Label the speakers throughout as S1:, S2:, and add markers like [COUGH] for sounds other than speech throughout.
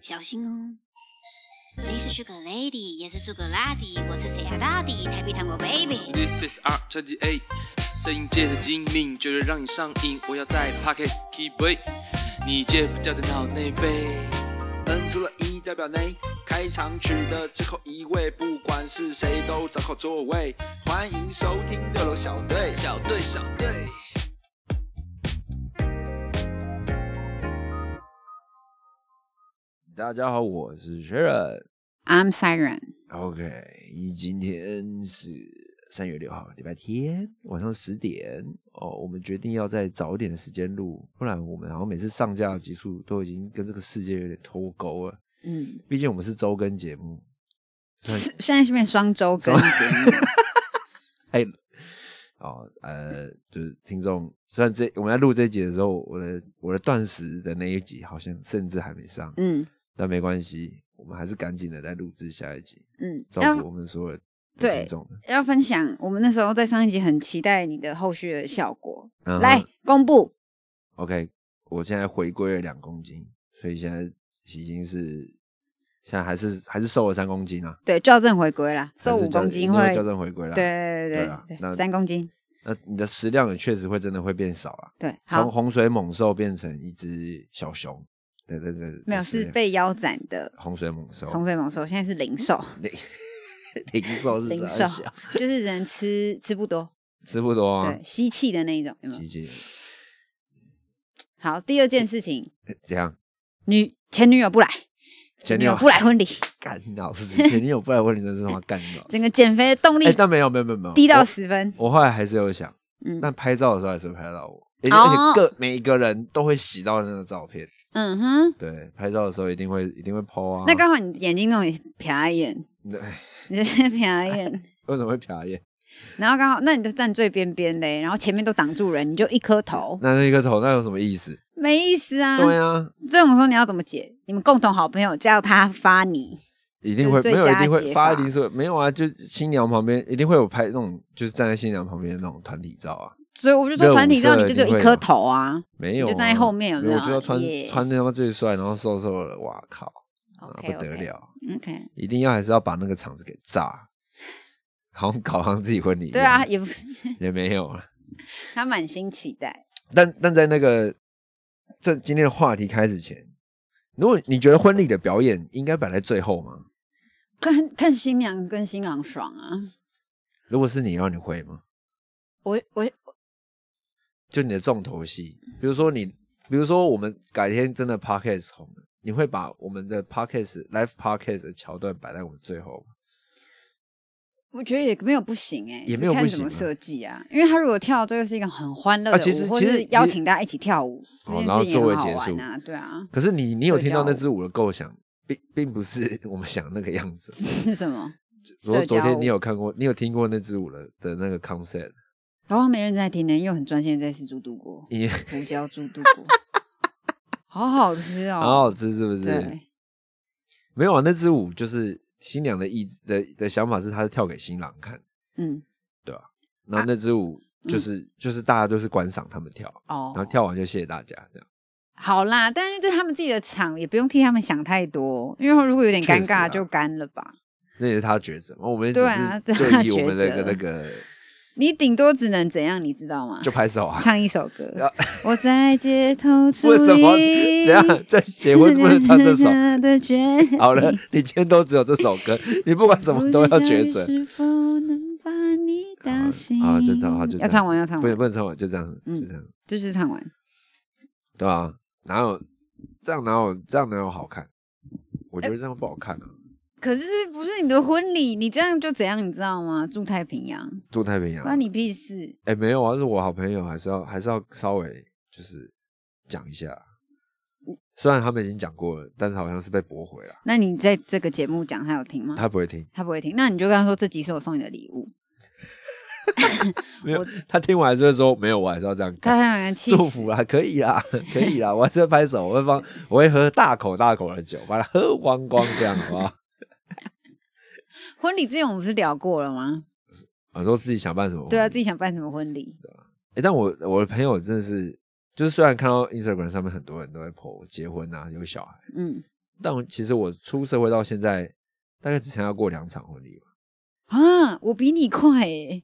S1: 小心哦。你是 Sugar Lady，也是 Sugar Lady，我是谁啊大 y 台北糖果 Baby。
S2: This is R 2 8 A，摄影界的精明，绝对让你上瘾。我要在 Pockets keep it，你戒不掉的脑内啡。
S3: 摁出了一代表内。开场曲的最后一位，不管是谁都找好座位。欢迎收听六楼小队。
S2: 小队，小队。
S3: 大家好，我是 Sharon。
S1: I'm Siren。
S3: OK，今天是三月六号，礼拜天晚上十点哦。我们决定要在早一点的时间录，不然我们好像每次上架的集数都已经跟这个世界有点脱钩了。
S1: 嗯，
S3: 毕竟我们是周更节目，虽然
S1: 是现在是变双周更节目，
S3: 哎，哦，呃，就是听众，虽然这我们在录这一集的时候，我的我的断食的那一集好像甚至还没上，
S1: [LAUGHS] 嗯
S3: 但没关系，我们还是赶紧的来录制下一集，
S1: 嗯，
S3: 照顾
S1: 要
S3: 我们所有的
S1: 对
S3: 听众们。
S1: 要分享，我们那时候在上一集很期待你的后续的效果，
S3: 嗯哼
S1: 来公布。
S3: ，OK，我现在回归了两公斤，所以现在已经是现在还是还是瘦了三公斤啊，
S1: 对，校正回归啦，
S3: 还
S1: 瘦
S3: 是
S1: 五
S3: 校
S1: 公斤
S3: 因为
S1: 会，
S3: 校
S1: 对
S3: 正回归了。，
S1: 对
S3: 对
S1: 对
S3: 啊
S1: 对
S3: 那
S1: 对，三公斤，
S3: 那你的食量也确实会真的会变少了。
S1: 对，
S3: 从
S1: 好，
S3: 洪水猛兽变成一只小熊，对对对，
S1: 没有
S3: 就是
S1: 被腰斩的
S3: 洪水猛兽，
S1: 洪水猛兽，现在是
S3: [LAUGHS]
S1: 零售，
S3: 零 [LAUGHS] 零售是
S1: 零
S3: 啥
S1: 售
S3: 小？
S1: 就是只能吃吃不多，
S3: 吃不多啊
S1: 对，，吸气的那一种，有没有
S3: 姐？姐
S1: 好，第二件事情，
S3: 这呃样 [LAUGHS]
S1: 女前女友不来，
S3: 前女友
S1: 不来婚礼，
S3: 干老师，
S1: [LAUGHS]
S3: 前女友不来问你真是他妈干老
S1: 整
S3: 师。
S1: 个减肥的动力
S3: 哎，哦但没有没有没有没有
S1: 低到
S3: 我
S1: 十分。
S3: 我后来还是有想，
S1: 嗯
S3: 但拍照的时候还是会拍到我，而且
S1: 哦
S3: 而且各每一个人都会洗到那个照片，
S1: 嗯哼，
S3: 对，拍照的时候一定会一定会 PO 啊。
S1: 那刚好你眼睛弄也瞟一眼，
S3: 那哎
S1: 你就是瞟一
S3: [LAUGHS]
S1: 眼，
S3: 为什么会瞟眼？
S1: 然后刚好那你就站最边边嘞，然后前面都挡住人，你就一颗头，
S3: 那那个头那有什么意思？
S1: 没意思啊。
S3: 嗯对啊，
S1: 这种时候你要怎么解？你们共同好朋友叫他发你，
S3: 一定会
S1: 就是
S3: 没
S1: 最
S3: 有，一
S1: 佳
S3: 定会
S1: 解
S3: 发，
S1: 法
S3: 一定是会没有啊。就新娘旁边一定会有拍那种，就是站在新娘旁边的那种团体照啊。
S1: 所以我就说
S3: 热舞
S1: 团体照
S3: 社
S1: 你就只
S3: 一定
S1: 有
S3: 会
S1: 一颗
S3: 有
S1: 头啊。
S3: 没有啊、
S1: 你就站在后面有没有
S3: 我就要穿
S1: 耶
S3: 穿他妈最帅，然后瘦瘦的，哇靠，啊
S1: OK，
S3: 不得了！
S1: OK，
S3: 嗯一定要还是要把那个场子给炸，好像搞上自己婚礼一
S1: 对啊，
S3: 样，
S1: 也不是， [LAUGHS]
S3: 也没有啊。
S1: 他满心期待。
S3: 但但在那个这今天的话题开始前，如果你觉得婚礼的表演应该摆在最后吗？
S1: 看看新娘跟新郎爽啊！
S3: 如果是你的话，你会吗？
S1: 我我
S3: 就你的重头戏，比如说你，比如说我们改天真的 podcast 红了，你会把我们的 podcast live podcast 的桥段摆在我们最后吗？
S1: 我觉得也没有不行哎、
S3: 也没有
S1: 是看
S3: 不行
S1: 怎么
S3: 啊
S1: 设计啊，因为他如果跳这个是一个很欢乐
S3: 啊
S1: 的舞，
S3: 其实
S1: 或
S3: 其
S1: 者
S3: 实
S1: 是
S3: 其实
S1: 邀请大家一起跳舞，这
S3: 哦
S1: 件
S3: 然后
S1: 事情很
S3: 作
S1: 好
S3: 为结束
S1: 玩啊，对啊， [LAUGHS]
S3: 可是你，你有
S1: 社
S3: 听到
S1: 交
S3: 那支舞的构想，并并不是 [LAUGHS] 我们想的那个样子。
S1: 是什么？
S3: 如果
S1: 社
S3: 昨
S1: 交
S3: 天你
S1: 舞
S3: 有看过，你有听过那支舞的的那个 concept，
S1: 好像没人在听呢，因为我很专心在吃猪肚锅，
S3: 你
S1: 胡椒猪肚锅， [LAUGHS] 好好吃
S3: 很
S1: 哦，
S3: 好吃是不是？
S1: 对，
S3: 没有啊，那支舞就是新娘的意志的的想法是，她是跳给新郎看，
S1: 嗯，
S3: 然
S1: 啊
S3: 后那支舞就是、就是大家都是观赏他们跳，
S1: 哦
S3: 然，后跳完就谢谢大家这样。
S1: 好啦，但是这是他们自己的场，也不用替他们想太多，因为如果有点
S3: 确
S1: 尴
S3: 实啊
S1: 尬就干了吧。
S3: 那也是他的抉择嘛，我们只
S1: 对啊
S3: 是
S1: 对啊
S3: 就以我们那个
S1: 抉择
S3: 那个
S1: 你顶多只能怎样，你知道吗？，
S3: 就拍手啊
S1: 唱一首歌
S3: 然后，
S1: 我在街头初
S3: [LAUGHS] 为什么
S1: 一
S3: 怎样在结婚不能唱这
S1: [LAUGHS]
S3: 首？
S1: 的决定
S3: [LAUGHS] 好了，你今天都只有这首歌， [LAUGHS] 你不管什么都要抉择
S1: 我只想。是否能把你打醒？
S3: 好了就这样好就这样
S1: 要唱完，要唱
S3: 不
S1: 完
S3: 能，不能唱完，就这样，
S1: 嗯
S3: 就这样，
S1: 就是唱完。
S3: 对啊，哪有这样哪有这样哪有好看？我觉得这样不好看啊！
S1: 哎可是这不是你的婚礼，你这样就怎样，你知道吗？住太平洋，
S3: 住太平洋，
S1: 关你屁事！
S3: 哎，没有啊，是我好朋友，还是要还是要稍微就是讲一下。虽然他们已经讲过了，但是好像是被驳回了，
S1: 那你在这个节目讲，他有听吗？
S3: 他不会听。
S1: 他不会听，那你就跟他说这集是我送你的礼物。
S3: 没有，他听完之后说没有，我还是要这样
S1: 他
S3: 干。
S1: 很有人气
S3: 祝
S1: 死，
S3: 福啦，可以啦，可以啦，我还是会拍手，我会放，我会喝大口大口的酒，把它喝光光，这样好不好？
S1: 婚礼之前我们不是聊过了吗？
S3: 我说自己想办什么，
S1: 对啊，
S3: 诶
S1: 自己想办什么婚礼？
S3: 但我我的朋友真的是，就是虽然看到 Instagram 上面很多人都在 po 结婚啊，有小孩，
S1: 嗯，
S3: 但我其实我出社会到现在，大概只参加过两场婚礼吧。 [LAUGHS]
S1: 啊，我比你快诶、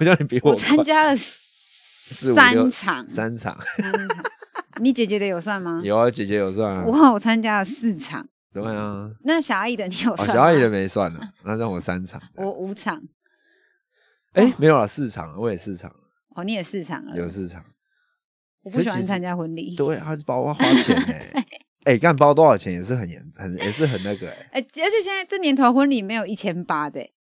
S3: 我叫你比
S1: 我
S3: 我
S1: 参
S3: 快
S1: 加了
S3: 四五六
S1: 三场，
S3: 三场，
S1: 三场嗯你姐姐的有算吗？
S3: 有啊，姐姐有算啊，
S1: 哇，我参加了四场，
S3: 对啊，
S1: 那小阿姨的你有
S3: 哦，
S1: 算吗？
S3: 小阿姨的没算了，那让我三场，
S1: [LAUGHS] 我五场，
S3: 哎，没有了，四场，我也四场，
S1: 哦，你也四场了。
S3: 有四场，
S1: 我不喜欢
S3: 其实
S1: 参加婚礼。
S3: 对，啊他包花花钱
S1: [LAUGHS]
S3: 哎，哎，干包多少钱也是很严，很也是很那个哎，
S1: 哎、而且现在这年头婚礼没有一千八的、欸，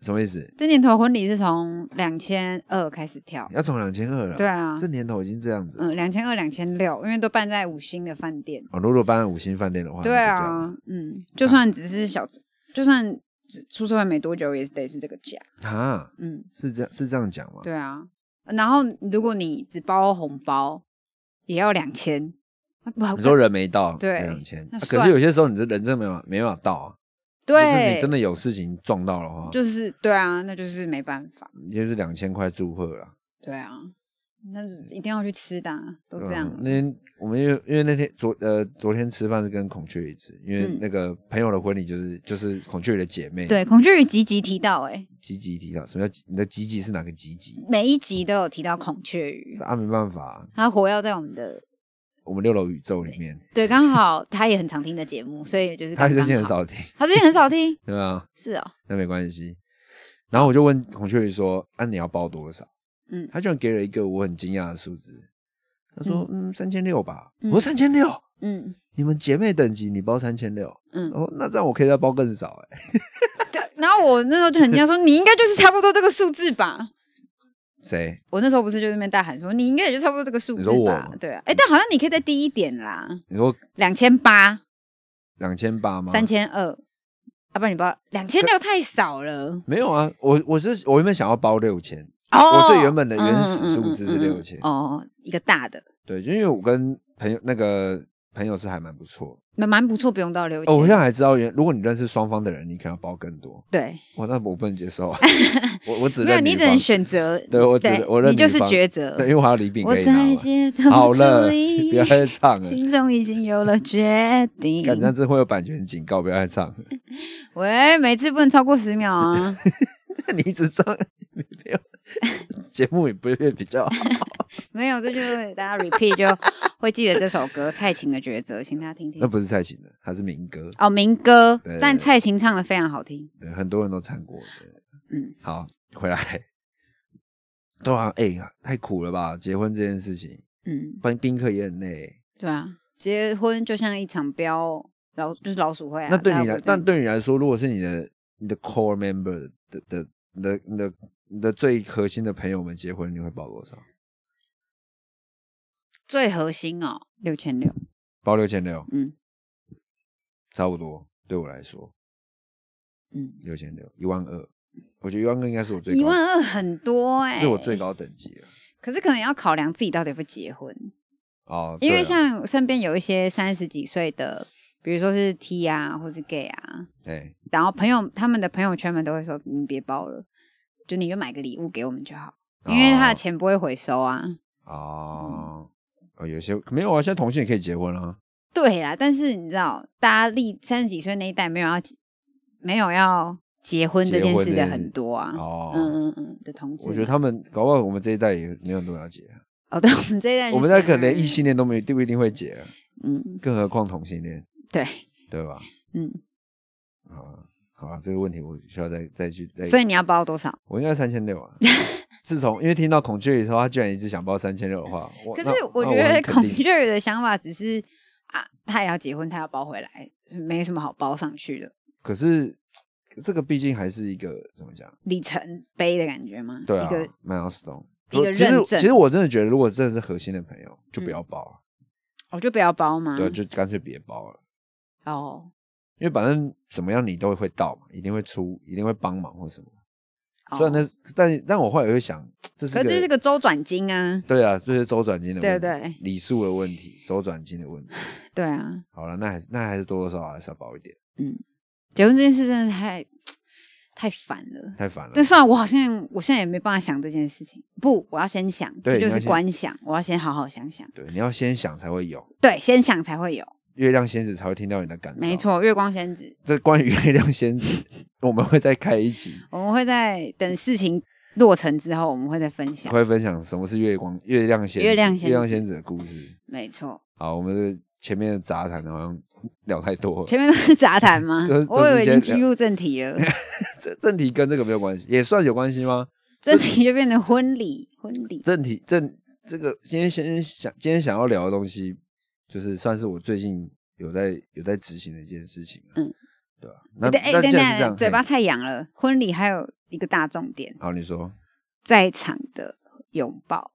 S3: 什么意思？
S1: 这年头婚礼是从两千二开始跳，
S3: 要从两千二了，
S1: 对啊
S3: 这年头已经这样子。
S1: 嗯，两千二、两千六，因为都办在五星的饭店。
S3: 哦，如果办五星饭店的话，
S1: 对
S3: 那就这样
S1: 啊，嗯，就算只是小，就算只出社会没多久，也是得是这个价，
S3: 啊，
S1: 嗯，
S3: 是这样是这样讲吗？
S1: 对啊。然后如果你只包红包，也要两千，那不好
S3: 你说人没到，
S1: 对
S3: 两千、
S1: 那
S3: 啊
S1: 算
S3: 可是有些时候你这人真的没办法没办法到啊，就是
S1: 对，
S3: 你真的有事情撞到的话，
S1: 就是对啊，那就是没办法，
S3: 你就是两千块祝贺啦。
S1: 对啊，那是一定要去吃的、啊，都
S3: 嗯对
S1: 这
S3: 吧
S1: 样了。
S3: 嗯那天我们因为因为那天昨呃昨天吃饭是跟孔雀一起，因为
S1: 嗯
S3: 那个朋友的婚礼就是就是孔雀的姐妹，，
S1: 对，孔雀鱼集集提到、欸，哎，
S3: 吉吉提到什么叫吉你的吉吉是哪个吉吉？
S1: 每一集都有提到孔
S3: [LAUGHS]
S1: 雀鱼，
S3: 啊，没办法啊、
S1: 它活跃在我们的
S3: 我们六楼宇宙里面，
S1: 对，刚好他也很常听的节目，所以就是
S3: 他
S1: 刚
S3: 最
S1: 刚
S3: 近很
S1: 好，
S3: 少听，
S1: 他最近很少听，
S3: 对吧？
S1: 是哦，
S3: 那没关系。然后我就问孔雀鱼说：“啊，你要包多少？”
S1: 嗯
S3: 他居然给了一个我很惊讶的数字，他说：“嗯，三千六吧。
S1: 嗯
S3: 我说：“三千六，
S1: 嗯
S3: 你们姐妹等级你包三千六，
S1: 嗯。
S3: 哦，那这样我可以再包更少哎、
S1: 对，然后我那时候就很惊讶，说你应该就是差不多这个数字吧。
S3: 谁？
S1: 我那时候不是就在那边大喊说，你应该也就差不多这个数
S3: 你
S1: 字
S3: 说我
S1: 吧
S3: 吗？
S1: 对啊，哎，但好像你可以再低一点啦，
S3: 你说
S1: 两千
S3: 啊
S1: 八、
S3: 两千八吗？
S1: 三千二，啊要不然你包两千六太少了。
S3: 没有啊，我我是我原本想要包六千、
S1: 哦，
S3: 我最原本的原
S1: 嗯
S3: 始数字是
S1: 嗯嗯嗯嗯
S3: 6000
S1: 哦，一个大的，
S3: 对，就因为我跟朋友那个朋友是还蛮不错。
S1: 蛮蛮不错，不用到六千。
S3: 哦，我现在还知道原，如果你认识双方的人，你可能要包更多。
S1: 对，
S3: 哇，那我不能接
S1: [LAUGHS]
S3: 受啊，我我只
S1: 没有，
S3: 认
S1: 你
S3: 女
S1: 只能
S3: 方
S1: 选择。
S3: 对我只我认
S1: 你就是
S3: 女方
S1: 抉择。
S3: 对，因为我还有礼品
S1: 我
S3: 可以拿
S1: 再
S3: 嘛。
S1: 见，都
S3: 好了， [LAUGHS]
S1: 不
S3: 不要再唱了，
S1: 心中已经有了决定。
S3: 感觉这会有版权警告，不要再唱
S1: [LAUGHS]
S3: 了。 [LAUGHS]
S1: 喂，每次不能超过十秒啊！
S3: 你一直唱， [LAUGHS] 没有节目也不会比较
S1: [LAUGHS]
S3: 好。
S1: 没有，这就是大家 repeat 就会记得这首歌蔡琴的抉择，请大家听
S3: 那
S1: 听。
S3: 不是蔡琴的，它是民歌，
S1: 哦，民歌
S3: 对，
S1: 但蔡琴唱的非常好听。
S3: 对很多人都唱过。对
S1: 嗯，
S3: 好，回来。对啊，哎、呀，太苦了吧！结婚这件事情，
S1: 嗯，
S3: 帮宾客也很累。
S1: 对啊，结婚就像一场飙老，就是老鼠会啊。
S3: 那对你
S1: 大
S3: 来
S1: 家，不
S3: 但对你来说，如果是你的你的 core member 的的你的你的你的最核心的朋友们结婚，你会包多少？
S1: 最核心哦，六千六。
S3: 包六千六，
S1: 嗯
S3: 差不多，对我来说
S1: 嗯，
S3: 六千六，一万二，我觉得一万二应该是我最高，
S1: 一万二很多哎，
S3: 是我最。高等级了。
S1: 可是可能要考量自己到底会不会结婚。
S3: 哦，
S1: 因
S3: 对
S1: 为
S3: 啊
S1: 像身边有一些三十几岁的，比如说是 T 啊，或是 gay 啊，
S3: 哎，
S1: 然后朋友他们的朋友圈们都会说：“你别包了，就你就买个礼物给我们就好，因为他的钱嗯不会回收啊。
S3: 哦，哦，有些没有啊，现在同性也可以结婚啊。”
S1: 对啦，但是你知道，大家立三十几岁那一代没有要结没有要结婚这件事的很多啊，
S3: 哦，
S1: 嗯嗯嗯的同志们，
S3: 我觉得他们搞不好我们这一代也没有多了解，啊
S1: 哦，对我们这一代就是，啊
S3: 我们那可能连异性恋都没都不一定会结，啊
S1: 嗯，
S3: 更何况同性恋，
S1: 对，
S3: 对吧？
S1: 嗯，
S3: 啊，好了，这个问题我需要再再去再，
S1: 所以你要包多少？
S3: 我应该三千六
S1: [LAUGHS]
S3: 啊。自从因为听到孔雀以后，他居然一直想报三千六的话，我
S1: 可是
S3: 那
S1: 我
S3: 那
S1: 觉
S3: 很
S1: 得
S3: 肯
S1: 孔
S3: 定
S1: 雀的想法只是啊，他也要结婚，他要包回来，没什么好包上去的
S3: 可是这个毕竟还是一个怎么讲？
S1: 里程碑的感觉吗？
S3: 对啊
S1: 一个
S3: ，milestone。
S1: 一个
S3: 其实
S1: 认
S3: 其
S1: 证嗯
S3: 实我真的觉得，如果真的是核心的朋友，就不要包了，
S1: 我哦就不要包嘛。
S3: 对啊，就干脆别包了，
S1: 哦，
S3: 因为反正怎么样你都会到嘛，一定会出，一定会帮忙或什么。
S1: 哦
S3: 虽然那，但但我后来也会想，这是
S1: 可
S3: 一
S1: 是
S3: 个
S1: 这是个周转金啊，
S3: 对啊，这是周转金的问
S1: 对
S3: 题，
S1: 对
S3: 礼数的问题，周转金的问题。
S1: 对啊，
S3: 好了，那还是那还是多多少少还是要包一点，
S1: 结婚这件事真的太太烦了。
S3: 太烦了
S1: 但。算了，我好像我现在也没办法想这件事情。不，我要先想，
S3: 对
S1: 这就
S3: 你要
S1: 是
S3: 先
S1: 观想，我要先好好想想。
S3: 对，你要先想才会有，
S1: 对，先想才会有。
S3: 月亮仙子才会听到你的感召
S1: 没，错，月光仙子，
S3: 这关于月亮仙子，我们会再开一集，
S1: 我们会在等事情落成之后，我们会再分享。
S3: 会分享什么是月光月亮仙
S1: 月亮仙子
S3: 月亮仙子的故事。
S1: 没错，
S3: 好，我们的前面的杂谈好像聊太多了，
S1: 前面都是杂谈
S3: [LAUGHS]
S1: 吗
S3: 都是？
S1: 我以为
S3: 都是一
S1: 已
S3: 些
S1: 经进入正题了， [LAUGHS]
S3: 这正题跟这个没有关系，也算有关系吗？
S1: 正题就变成婚礼，婚礼。
S3: 正题正这个今天先想今天想要聊的东西，就是算是我最近有在有在执行的一件事情、啊，
S1: 嗯，
S3: 对吧、 [LAUGHS] 那
S1: 对，哎，
S3: 那
S1: 等
S3: 既然是这
S1: 等，
S3: 样，
S1: 嘴巴
S3: 嘿
S1: 太痒了。婚礼还有一个大重点，
S3: 好，你说
S1: 在场的拥抱，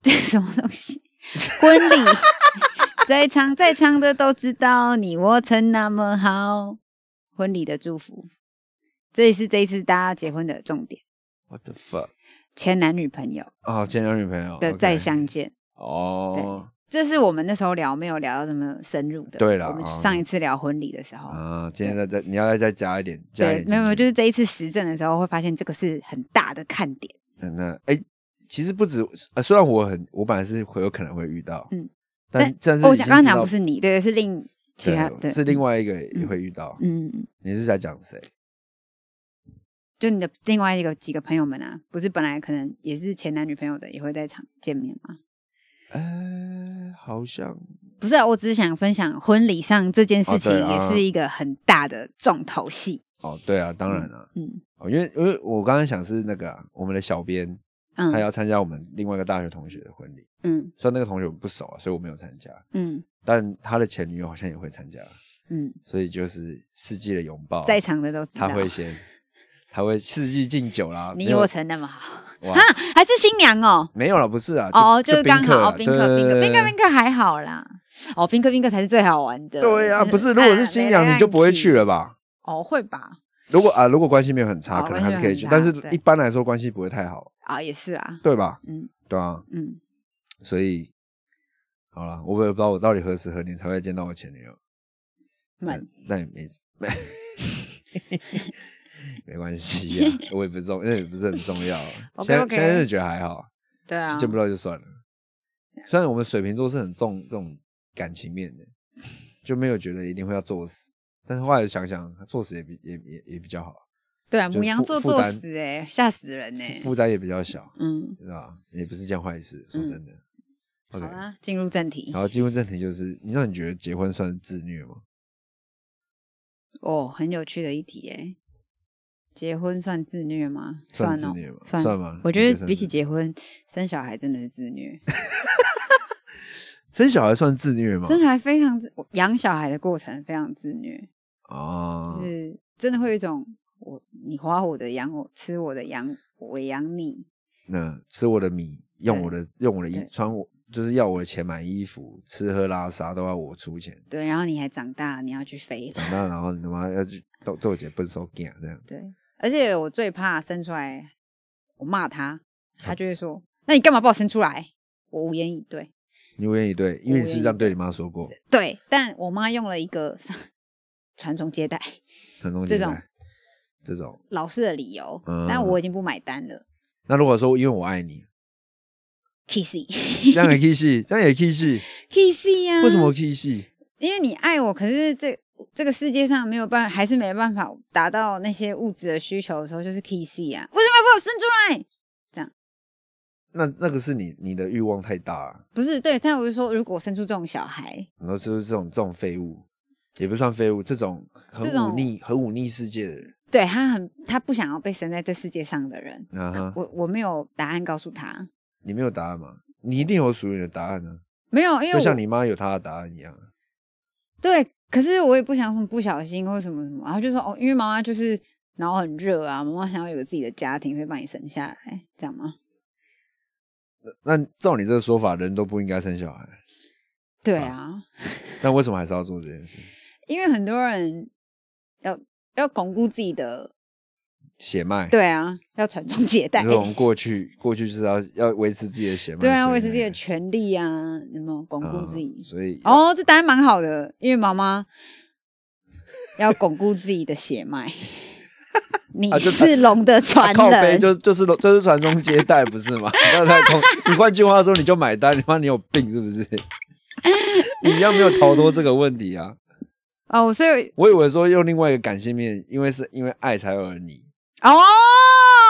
S1: 这是什么东西？婚礼， [LAUGHS] 在场在场的都知道你我曾那么好。婚礼的祝福，这也是这一次大家结婚的重点，
S3: ，what the fuck
S1: 前男女朋友
S3: 啊，前男女朋友
S1: 的
S3: OK
S1: 再相见。
S3: 哦
S1: 这是我们那时候聊没有聊到这么深入的。
S3: 对啦
S1: 我们
S3: 哦
S1: 上一次聊婚礼的时候，
S3: 啊，今天再再你要再再加一点，加一
S1: 对
S3: 点，进去，
S1: 没有没有，就是这一次实证的时候会发现这个是很大的看点。
S3: 那那哎、其实不止，呃，虽然我很我本来是会有可能会遇到，
S1: 嗯，
S3: 但但是
S1: 哦我
S3: 已经
S1: 讲刚刚
S3: 知
S1: 讲
S3: 道
S1: 不是你，对，是另其他
S3: 对
S1: 对，
S3: 是另外一个也会遇到，
S1: 嗯，
S3: 你是在讲谁？
S1: 就你的另外一个几个朋友们啊，不是本来可能也是前男女朋友的，也会在场见面吗？
S3: 哎，好像
S1: 不是、啊，我只是想分享婚礼上这件事
S3: 哦
S1: 情，
S3: 对啊
S1: 也是一个很大的重头戏。
S3: 哦，对啊，当然了、
S1: 嗯
S3: 哦，因为因为我刚刚想是那个啊、我们的小编，他
S1: 嗯
S3: 要参加我们另外一个大学同学的婚礼，
S1: 嗯
S3: 虽然那个同学我不熟啊，所以我没有参加，
S1: 嗯
S3: 但他的前女友好像也会参加，
S1: 嗯，
S3: 所以就是世纪的拥抱，
S1: 在场的都知道
S3: 哦他。会先，他会世纪敬酒啦，没
S1: 你
S3: 有
S1: 我曾那么好
S3: 哇
S1: 啊，还是新娘哦。
S3: 没有了，不是啊，
S1: 哦，
S3: 就是
S1: 刚好
S3: 宾
S1: 宾客，宾
S3: 客
S1: 客，
S3: 啦，
S1: 宾
S3: 对
S1: 客，宾客还好啦。哦，宾客，宾客才是最好玩的。
S3: 对啊，
S1: 就是
S3: 不是，如果是新娘，你就不会去。
S1: 啊
S3: 了吧？
S1: 没来让你哦，会吧？
S3: 如果啊，如果关系没有很差，
S1: 哦
S3: 可能还是可以去，
S1: 关
S3: 但
S1: 系没
S3: 是
S1: 有很差对
S3: 一般来说关系不会太好，
S1: 啊，也是啊。
S3: 对吧？
S1: 嗯
S3: 对啊，
S1: 嗯，
S3: 所以好了，我也不知道我到底何时何年才会见到我前女友，
S1: 蛮
S3: 但也没 [LAUGHS] 没没关系啊，我也不重，那也不是很重
S1: [LAUGHS]
S3: 要啊。现在
S1: OK，OK
S3: 现在是觉得还好，
S1: 对啊，
S3: 见不到就算了。虽然我们水瓶座是很重这种感情面的，就没有觉得一定会要作死，但是后来想想，作死也比也也也比较好，
S1: 对啊，
S3: 就
S1: 母羊
S3: 负
S1: 座
S3: 负
S1: 作
S3: 担
S1: 死哎、吓死人哎、
S3: 负担也比较小，
S1: 嗯，
S3: 对吧？也不是件坏事，说真的。
S1: 好啊
S3: OK，
S1: 啦，进入正题
S3: 然后进入正题，就是你让你觉得结婚算是自虐吗？
S1: 哦，很有趣的一题哎、结婚算自虐吗？
S3: 算
S1: 哦
S3: 自虐吗，
S1: 算
S3: 算吗
S1: 我
S3: 你
S1: 觉
S3: 觉得
S1: 得
S3: 算
S1: 比起
S3: 自虐
S1: 结婚，生小孩真的是自虐。
S3: 生小孩算自虐吗？
S1: 生小孩非常自，养小孩的过程非常自虐，
S3: 啊
S1: 就，是真的会有一种我你花我的养我，吃我的养我养你，
S3: 那吃我的米，用我的用我的衣
S1: 对，
S3: 穿我就是要我的钱买衣服，吃喝拉撒都要我出钱。
S1: 对，然后你还长大，你要去飞，
S3: 长大然后你他妈要去做做姐笨手干这样，
S1: 对，而且我最怕生出来，我骂他，他就会说：“那你干嘛把我生出来？”我无言以对。
S3: 你无言以对，因为你是这样对你妈说过，
S1: 对，但我妈用了一个 [LAUGHS] 传宗接代
S3: 传宗接
S1: 这种
S3: 代这种。
S1: 老式的理由，
S3: 嗯
S1: 但我已经不买单了。
S3: 那如果说因为我爱你，
S1: Kissy [LAUGHS]
S3: 这样也 K 戏，这样也 K 戏，
S1: Kissy 呀、
S3: 为什么？K 戏？
S1: 因为你爱我，可是这这个世界上没有办，还是没办法达到那些物质的需求的时候，就是 Kissy 呀、为什么要把我生出来？
S3: 那那个是你你的欲望太大了，
S1: 不是对，但我就说，如果生出这种小孩，
S3: 然后就是这种这种废物，也不算废物，这种很
S1: 这种
S3: 忤逆很忤逆世界的人，
S1: 对他很他不想要被生在这世界上的人，
S3: 啊哈，
S1: 我我没有答案告诉他，
S3: 你没有答案吗？你一定有属于你的答案呢、啊
S1: 没有，因为
S3: 就像
S1: 我
S3: 你妈有她的答案一样。啊
S1: 对，可是我也不想什么不小心或什么什么，然后就说哦，因为妈妈就是然后很热啊，妈妈想要有个自己的家庭，所以把你生下来，这样吗？
S3: 那照你这个说法，人都不应该生小孩，
S1: 对啊，
S3: 那为什么还是要做这件事？
S1: 因为很多人要要巩固自己的，
S3: 血脉，
S1: 对啊，要传宗接代
S3: 就，是我们过去过去就是要要维持自己的血脉，
S1: 对啊，
S3: 所以
S1: 维持自己的权利啊，有没有巩固自己
S3: 嗯？所以
S1: 哦，这答案蛮好的，因为妈妈要巩固自己的
S3: [LAUGHS]
S1: 血脉。你
S3: 啊就是
S1: 龙的传
S3: 啊靠背
S1: 人，
S3: 就就是 [LAUGHS] 就是传 [LAUGHS] 宗接代不是吗？不要太空，你换句话说你就买单，你妈你有病是不是？ [LAUGHS] 你一样没有逃脱这个问题啊！
S1: 哦，所以
S3: 我以为说用另外一个感性面，因为是因为爱才有了你，
S1: 哦，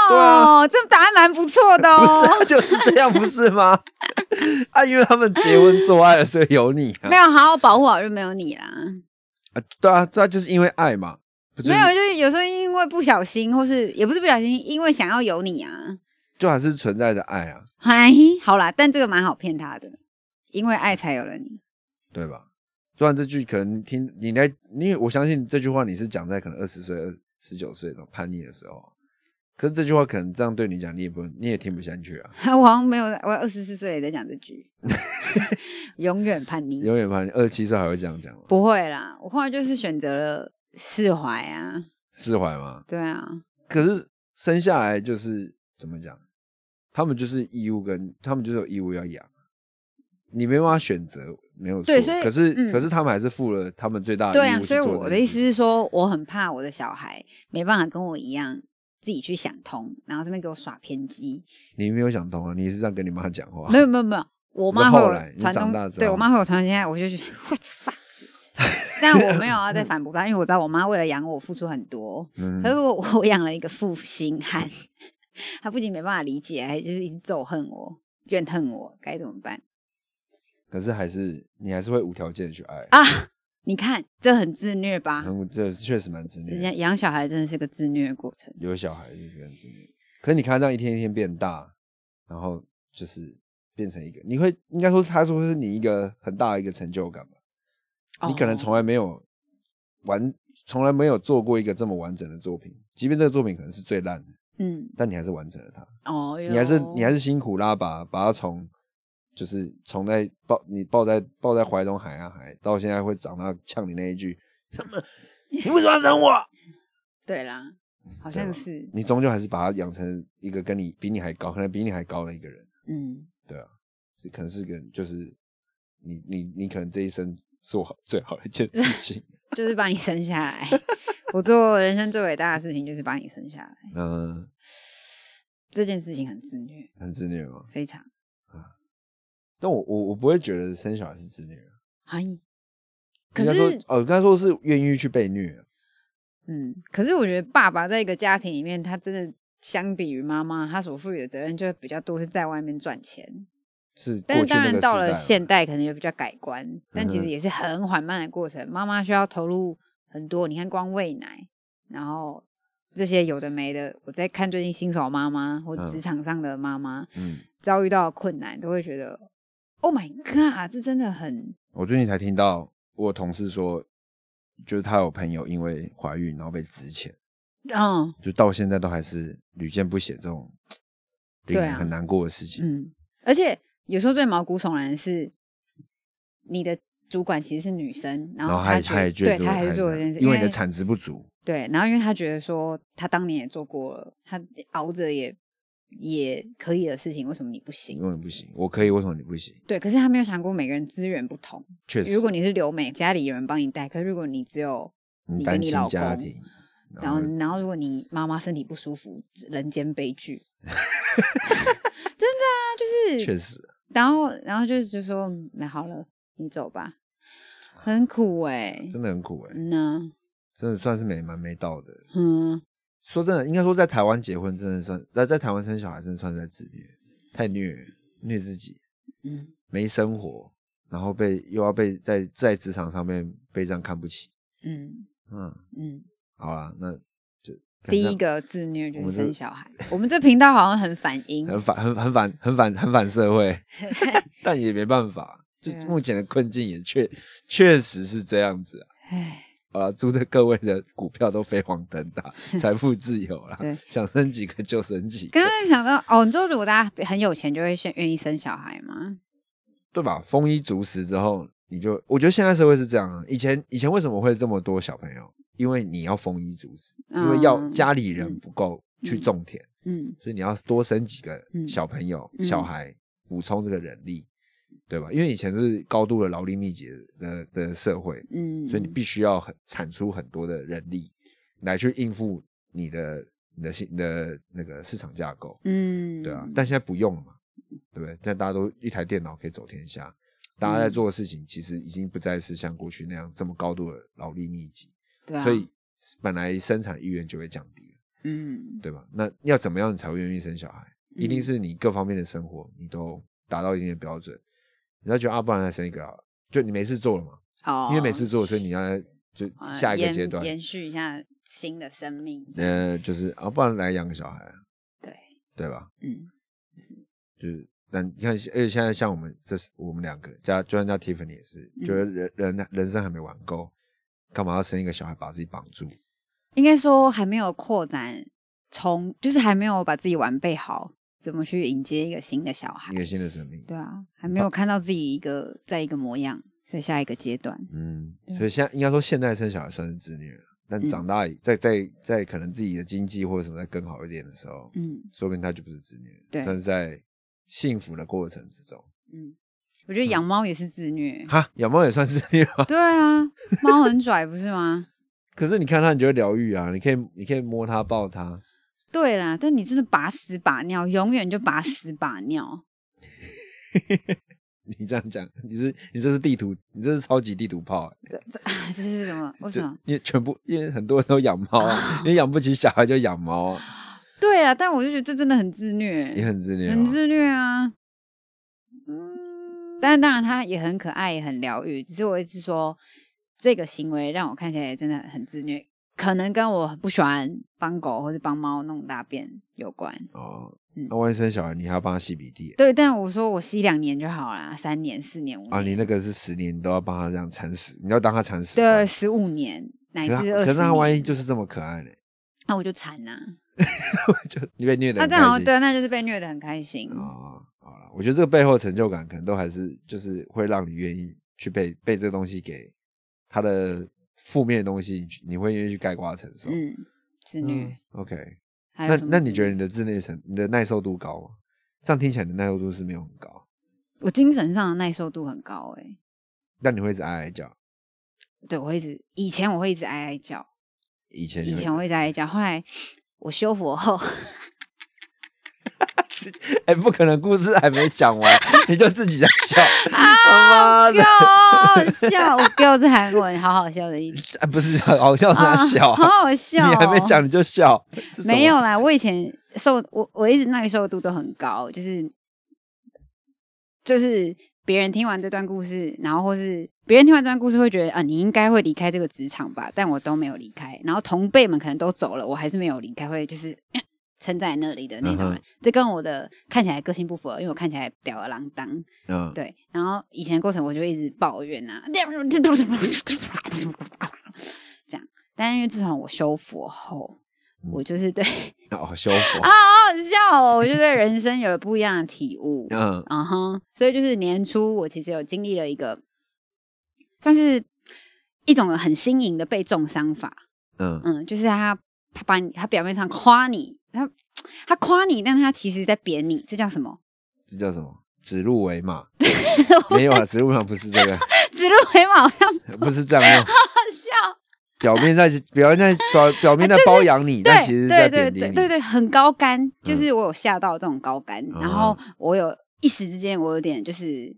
S3: 对啊
S1: 这答案蛮不错的哦。
S3: [LAUGHS] 不是、啊、就是这样，不是吗？ [LAUGHS] 啊，因为他们结婚做爱了，所以有你啊
S1: [LAUGHS] 没！有好好保护好就没有你啦。
S3: 啊，对啊，对啊，就是因为爱嘛，不就是
S1: 没有，就是有时候因为不小心，或是也不是不小心，因为想要有你啊。
S3: 就还是存在的爱啊，
S1: 嗨，好啦，但这个蛮好骗他的，因为爱才有了你。 [LAUGHS]
S3: 对吧？虽然这句可能听你来，因为我相信这句话你是讲在可能二十岁、二十九岁那种叛逆的时候，啊可是这句话可能这样对你讲，你也不你也听不下去啊，
S1: 我好像没有，我二十四岁也在讲这
S3: [LAUGHS]
S1: 句，永远叛逆。
S3: 永远怕你二十七岁还会这样讲吗，
S1: 不会啦，我后来就是选择了释怀啊，
S3: 释怀吗？
S1: 对啊，
S3: 可是生下来就是怎么讲，他们就是义务跟他们就是有义务要养，啊你没办法选择，没有错
S1: 对所以。
S3: 可是、
S1: 嗯
S3: 可是他们还是负了他们最大的
S1: 对
S3: 义
S1: 啊，
S3: 务
S1: 所
S3: 去
S1: 以
S3: 做
S1: 我
S3: 这
S1: 的
S3: 件
S1: 意
S3: 事
S1: 思
S3: 情
S1: 是说，我很怕我的小孩没办法跟我一样自己去想通，然后这边给我耍偏激。
S3: 你没有想通啊，你是这样跟你妈讲话，
S1: 没有没有没有，我
S3: 你是
S1: 妈会
S3: 后
S1: 有
S3: 来你
S1: 传
S3: 长
S1: 宗
S3: 大之，
S1: 对
S3: 后
S1: 我妈会有传宗接代，我就去 [LAUGHS] what
S3: [LAUGHS]
S1: the fuck。但我没有要再反驳她，因为我知道我妈为了养我付出很多。
S3: 嗯
S1: 可，是我我养了一个负心汉， [LAUGHS] 她不仅没办法理解，还就是一直咒恨我、怨恨我，该怎么办
S3: 可是还是你还是会无条件的去爱，
S1: 啊？你看，这很自虐吧？
S3: 很这确实蛮自虐的。
S1: 养养小孩真的是个自虐的过程。
S3: 有小孩就是这样子。可是你看他这样一天一天变大，然后就是变成一个，你会应该说他说是你一个很大的一个成就感吧？
S1: 哦
S3: 你可能从来没有完，从来没有做过一个这么完整的作品，即便这个作品可能是最烂的，
S1: 嗯
S3: 但你还是完成了它。
S1: 哦，
S3: 你还是
S1: 哟
S3: 你还是辛苦拉拔，把它从就是从在抱你抱在抱在怀中喊啊喊，到现在会长大呛你那一句， [LAUGHS] 你为什么要整我？
S1: 对啦，
S3: 嗯
S1: 好
S3: 对
S1: 像
S3: 吧
S1: 是
S3: 你终究还是把他养成一个跟你比你还高，可能比你还高的一个人，
S1: 嗯，
S3: 对啊，这可能是个就是你你你可能这一生做好最好的一件
S1: [LAUGHS]
S3: 事情，
S1: 就是把你生下来。 [LAUGHS] 我做人生最伟大的事情就是把你生下来，
S3: 嗯，
S1: 这件事情很自虐，
S3: 很自虐吗？
S1: 非常。
S3: 但我我我不会觉得生小孩是自虐，啊
S1: 哎，
S3: 应
S1: 可
S3: 该说
S1: 是，
S3: 哦，刚才说是愿意去被虐，
S1: 嗯，可是我觉得爸爸在一个家庭里面，他真的相比于妈妈，他所赋予的责任就比较多是在外面赚钱。
S3: 是
S1: 但
S3: 过
S1: 是
S3: 去
S1: 当
S3: 那
S1: 然
S3: 个
S1: 到
S3: 时
S1: 了
S3: 代
S1: 现代，可能就比较改观，但
S3: 嗯
S1: 其实
S3: 哼
S1: 也是很缓慢的过程。妈妈需要投入很多，你看光喂奶，然后这些有的没的，我在看最近新手妈妈或
S3: 嗯
S1: 职场上的妈妈，
S3: 嗯，
S1: 遭遇到的困难，都会觉得 “Oh my God”，这真的很
S3: 我最近才听到我同事说，就是他有朋友因为怀孕然后被值钱，
S1: 嗯
S3: 就到现在都还是屡见不鲜这种令
S1: 对啊
S3: 人很难过的事情。
S1: 嗯，而且有时候最毛骨悚然的是，你的主管其实是女生，然
S3: 然
S1: 后
S3: 后
S1: 她
S3: 还
S1: 觉
S3: 他也觉得
S1: 对，她还是做了
S3: 这
S1: 这
S3: 样
S1: 件事，
S3: 啊因为你的产值不足，
S1: 对，然后因为她觉得说她当年也做过了，她熬着也也可以的事情，为什么你不
S3: 因
S1: 行？
S3: 为你不行，我可以，为什么你不行？
S1: 对，可是她没有想过每个人资源不同。
S3: 确实，
S1: 如果你是留美，家里有人帮你带；可是如果你只有
S3: 你
S1: 你
S3: 单
S1: 跟你
S3: 亲
S1: 老
S3: 家
S1: 公
S3: 庭，
S1: 然后，然后如果你妈妈身体不舒服，人间悲剧。
S3: [LAUGHS]
S1: 真的啊，就是，
S3: 确实，
S1: 然后，然后就是就说，嗯那好了，你走吧，很苦哎、
S3: 真的很苦哎、
S1: 嗯呐、
S3: 真的算是没蛮没道德。
S1: 嗯，
S3: 说真的，应该说在台湾结婚真的算在在台湾生小孩真的算是在自虐，太虐虐自己，
S1: 嗯，
S3: 没生活，然后被又要被在在职场上面被这样看不起。
S1: 嗯，
S3: 嗯，
S1: 嗯，
S3: 好啦，那就
S1: 第一个自虐就
S3: 我们
S1: 是
S3: 这
S1: 生小
S3: [LAUGHS]
S1: 孩。我们这频道好像很反应，
S3: 很反很很反很反很反社
S1: [LAUGHS]
S3: 会，但也没办法，就
S1: 对啊
S3: 目前的困境也确确实是这样子啊。
S1: 哎，
S3: 好啦祝的各位的股票都飞黄腾达，
S1: [LAUGHS]
S3: 财富自由啦
S1: 对！
S3: 想生几个就生几个
S1: 刚，刚想到哦，你说如果大家很有钱，就会先愿意生小孩吗？
S3: 对吧？丰衣足食之后，你就我觉得现在社会是这样啊。以前以前为什么会这么多小朋友？因为你要丰衣足食，因为要
S1: 嗯
S3: 家里人不够去种田，
S1: 嗯
S3: 所以你要多生几个
S1: 嗯
S3: 小朋友、
S1: 嗯
S3: 小孩，补充这个人力，对吧？因为以前是高度的劳力密集的的的社会，
S1: 嗯，
S3: 所以你必须要很产出很多的人力来去应付你的你的新你的那个市场架构，啊
S1: 嗯，
S3: 对啊。但现在不用了嘛，对不对？现在大家都一台电脑可以走天下，大
S1: 嗯
S3: 家在做的事情其实已经不再是像过去那样这么高度的劳力密集，
S4: 对啊，
S3: 所以本来生产意愿就会降低了，
S4: 嗯，
S3: 对吧？那要怎么样你才会愿意生小孩？一
S1: 嗯
S3: 定是你各方面的生活你都达到一定的标准，你要觉得啊，不然再生一个好了，就你没事做了嘛，
S4: 哦，
S3: 因为没事做，所以你要在就
S1: 呃
S3: 下一个
S1: 延
S3: 阶段，
S1: 延续一下新的生命。
S3: 呃，就是啊，不然来养个小孩啊，
S4: 对
S3: 对吧？
S4: 嗯，
S3: 就是但你看现，而且现在像我们这是我们两个加，就算叫 Tiffany 也是，
S4: 嗯
S3: 觉得人人人生还没玩够，干嘛要生一个小孩把自己绑住？
S1: 应该说还没有扩展，从就是还没有把自己完备好，怎么去迎接一个新的小孩
S3: 一？个新的生命，
S1: 对啊，还没有看到自己一个在一个模样，在下一个阶段。
S3: 嗯，
S4: 对
S3: 所以现在应该说现在生小孩算是自虐了，但
S4: 嗯
S3: 长大以在在在可能自己的经济或者什么再更好一点的时候，
S4: 嗯
S3: 说不定他就不是自虐了，
S1: 对
S3: 算是在幸福的过程之中。
S1: 嗯，我觉得养猫也是自
S3: [LAUGHS]
S1: 虐。
S3: 哈，养猫也算自虐吗？ [LAUGHS]
S1: 对啊，猫很拽不是吗？ [LAUGHS]
S3: 可是你看它，你就会疗愈啊，你可以你可以摸它抱它，
S1: 对啦，但你真的把屎把尿，永远就把屎把尿。 [LAUGHS]
S3: 你这样讲，你是你这是地图，你这是超级地图炮、欸。
S1: 这是什么？为什
S3: 就
S1: 么？
S3: 因为全部，因为很多人都养猫
S1: [LAUGHS]
S3: 啊，你养不起小孩就养猫啊，
S1: 对啊，但我就觉得这真的很自虐，
S3: 也很自虐啊。
S1: 很自虐啊。嗯，但当然它也很可爱，也很疗愈。只是我一直说，这个行为让我看起来真的很自虐，可能跟我不喜欢帮狗或是帮猫弄大便有关。
S3: 哦，
S1: 嗯
S3: 那万一生小孩，你还要帮他吸鼻涕
S1: 对，但我说我吸两年就好啦，三年、四年、五
S3: 啊？你
S1: 年，
S3: 那个是十年，你都要帮他这样铲屎，你要当他铲屎
S1: 对，
S3: 官。
S1: 十五年乃
S3: 可是
S1: 至
S3: 他
S1: 二
S3: 可
S1: 十
S3: 是他万
S1: 年，
S3: 一就是这么可爱呢，
S1: [LAUGHS] 那我就惨呐、
S3: 就你被虐的
S1: 那
S3: 很
S1: 这样好
S3: 开
S1: 像
S3: 心。
S1: 对，那就是被虐的很开心。
S3: 哦，好了，我觉得这个背后的成就感，可能都还是就是会让你愿意去被被这个东西给他的负面的东西，你去你会愿意去盖瓜承受。
S1: 嗯，自虐。
S3: 哦嗯，OK，
S1: 还
S3: 那
S1: 有什么
S3: 那
S1: 自
S3: 你觉
S1: 虐
S3: 得你的自内层、你的耐受度高吗？这样听起来你的耐受度是没有很高，
S1: 我精神上的耐受度很高哎、
S3: 但你会一直哀哀叫。
S1: 对我会一直以前我会一直哀哀叫，
S3: 以前你
S1: 以
S3: 会
S1: 前我会一直哀哀叫，后来我修复 [LAUGHS] 后，
S3: 哎、不可能，故事还没讲完 [LAUGHS] 你就自己在笑，他妈的！
S1: 哟哦 [LAUGHS] 笑，我给我这韩文好好笑的一集， [LAUGHS]
S3: 哎不是 [LAUGHS] 好笑是他笑
S1: 啊好
S3: 啊、
S1: 好笑、哦，
S3: 你还没讲你就笑，是什么
S1: 没有啦，我以前受我我一直耐受度都很高，就是就是别人听完这段故事，然后或是别人听完这段故事会觉得啊、你应该会离开这个职场吧，但我都没有离开。然后同辈们可能都走了，我还是没有离开，会就是 [COUGHS] 呃撑在那里的那种
S3: 嗯
S1: 人。
S3: 哼
S1: 这跟我的看起来个性不符合，因为我看起来吊儿郎当。
S3: 嗯，
S1: 对，然后以前过程我就一直抱怨啊，这样。但因为自从我修佛后，我就是对
S3: 哦，
S1: [LAUGHS]
S3: 修复，。
S1: 啊，好好笑哦！我就对人生有了不一样的体悟
S3: [LAUGHS] 嗯
S1: 嗯哼，所以就是年初我其实有经历了一个，算是一种很新颖的被重伤法。
S3: 嗯
S1: 嗯，就是他他把你，他表面上夸你，他他夸你，但他其实在贬你，这叫什么？ [LAUGHS]
S3: 这叫什么？指鹿为马？没有啊，指鹿为马不是这个， [LAUGHS]
S1: 指鹿为马，好像好
S3: 不是这样用。
S1: 笑。
S3: 表面在表面在表表面在包养你，但其实是在贬
S1: 对啊对
S3: 低
S1: 对
S3: 你。
S1: 对对，很高干，
S3: 嗯
S1: 就
S3: 哦
S1: 是我有吓到这种高干，然后我有一时之间我有点就是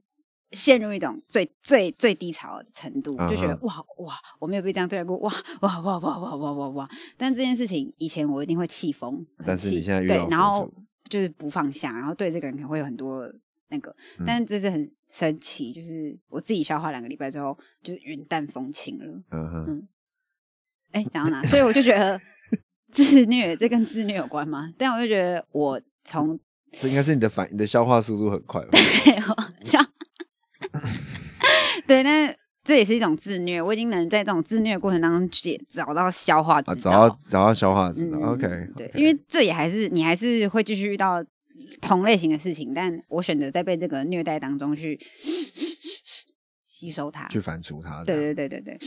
S1: 陷入一种最最最低潮的程度，就觉得
S3: 嗯
S1: 哇哇，我没有被这样对待过，哇哇哇哇哇哇哇哇！但这件事情以前我一定会气疯，很
S3: 但是
S1: 气
S3: 你现在遇
S1: 对
S3: 到，
S1: 然
S3: 佛
S1: 后
S3: 祖
S1: 就是不放下，然后对这个人可能会有很多那个，
S3: 嗯
S1: 但是这是很神奇，就是我自己消化两个礼拜之后，就是云淡风轻了。
S3: 嗯哼，
S1: 哎，讲到哪？所以我就觉
S3: [LAUGHS]
S1: 得自虐，这跟自虐有关吗？但我就觉得我从 [LAUGHS]
S3: 这应该是你的反你的消化速度很快吧？
S1: 像
S3: [LAUGHS]
S1: 对，但是这也是一种自虐。我已经能在这种自虐的过程当中解找到消化之 [LAUGHS]
S3: 啊，
S1: 道。
S3: 找到找到消化之道。
S1: 嗯
S3: OK，
S1: 对
S3: OK
S1: 因为这也还是你还是会继续遇到同类型的事情，但我选择在被这个虐待当中去吸收它。
S3: 去反刍它，
S1: 对对对对对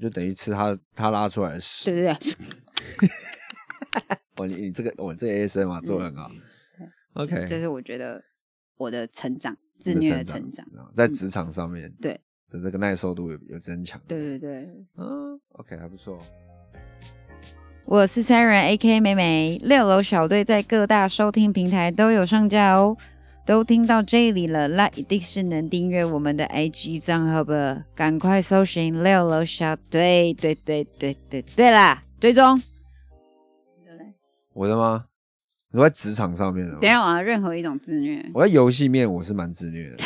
S3: 就等于吃它它拉出来的屎。
S1: 对对对，
S3: 哦，你你这个我、哦、这个 ASM 啊做的很好。OK，
S1: 这是我觉得我的成长，自
S3: 你的
S1: 虐的
S3: 成
S1: 成长。嗯
S3: 在职场上面，
S1: 对
S3: 的这个耐受度有有增强。
S1: 对，对对，
S3: 嗯，OK 还不错。
S1: 我是 Siren A K 美美，六楼小队在各大收听平台都有上架哦。都听到这里了，那一定是能订阅我们的 IG 账号吧？赶快搜寻六楼小队，对对对对对啦，追踪。
S3: 我的吗？你说在职场上面的吗
S1: 等一，下我要任何一种自虐。
S3: 我在游戏面我是蛮自虐的，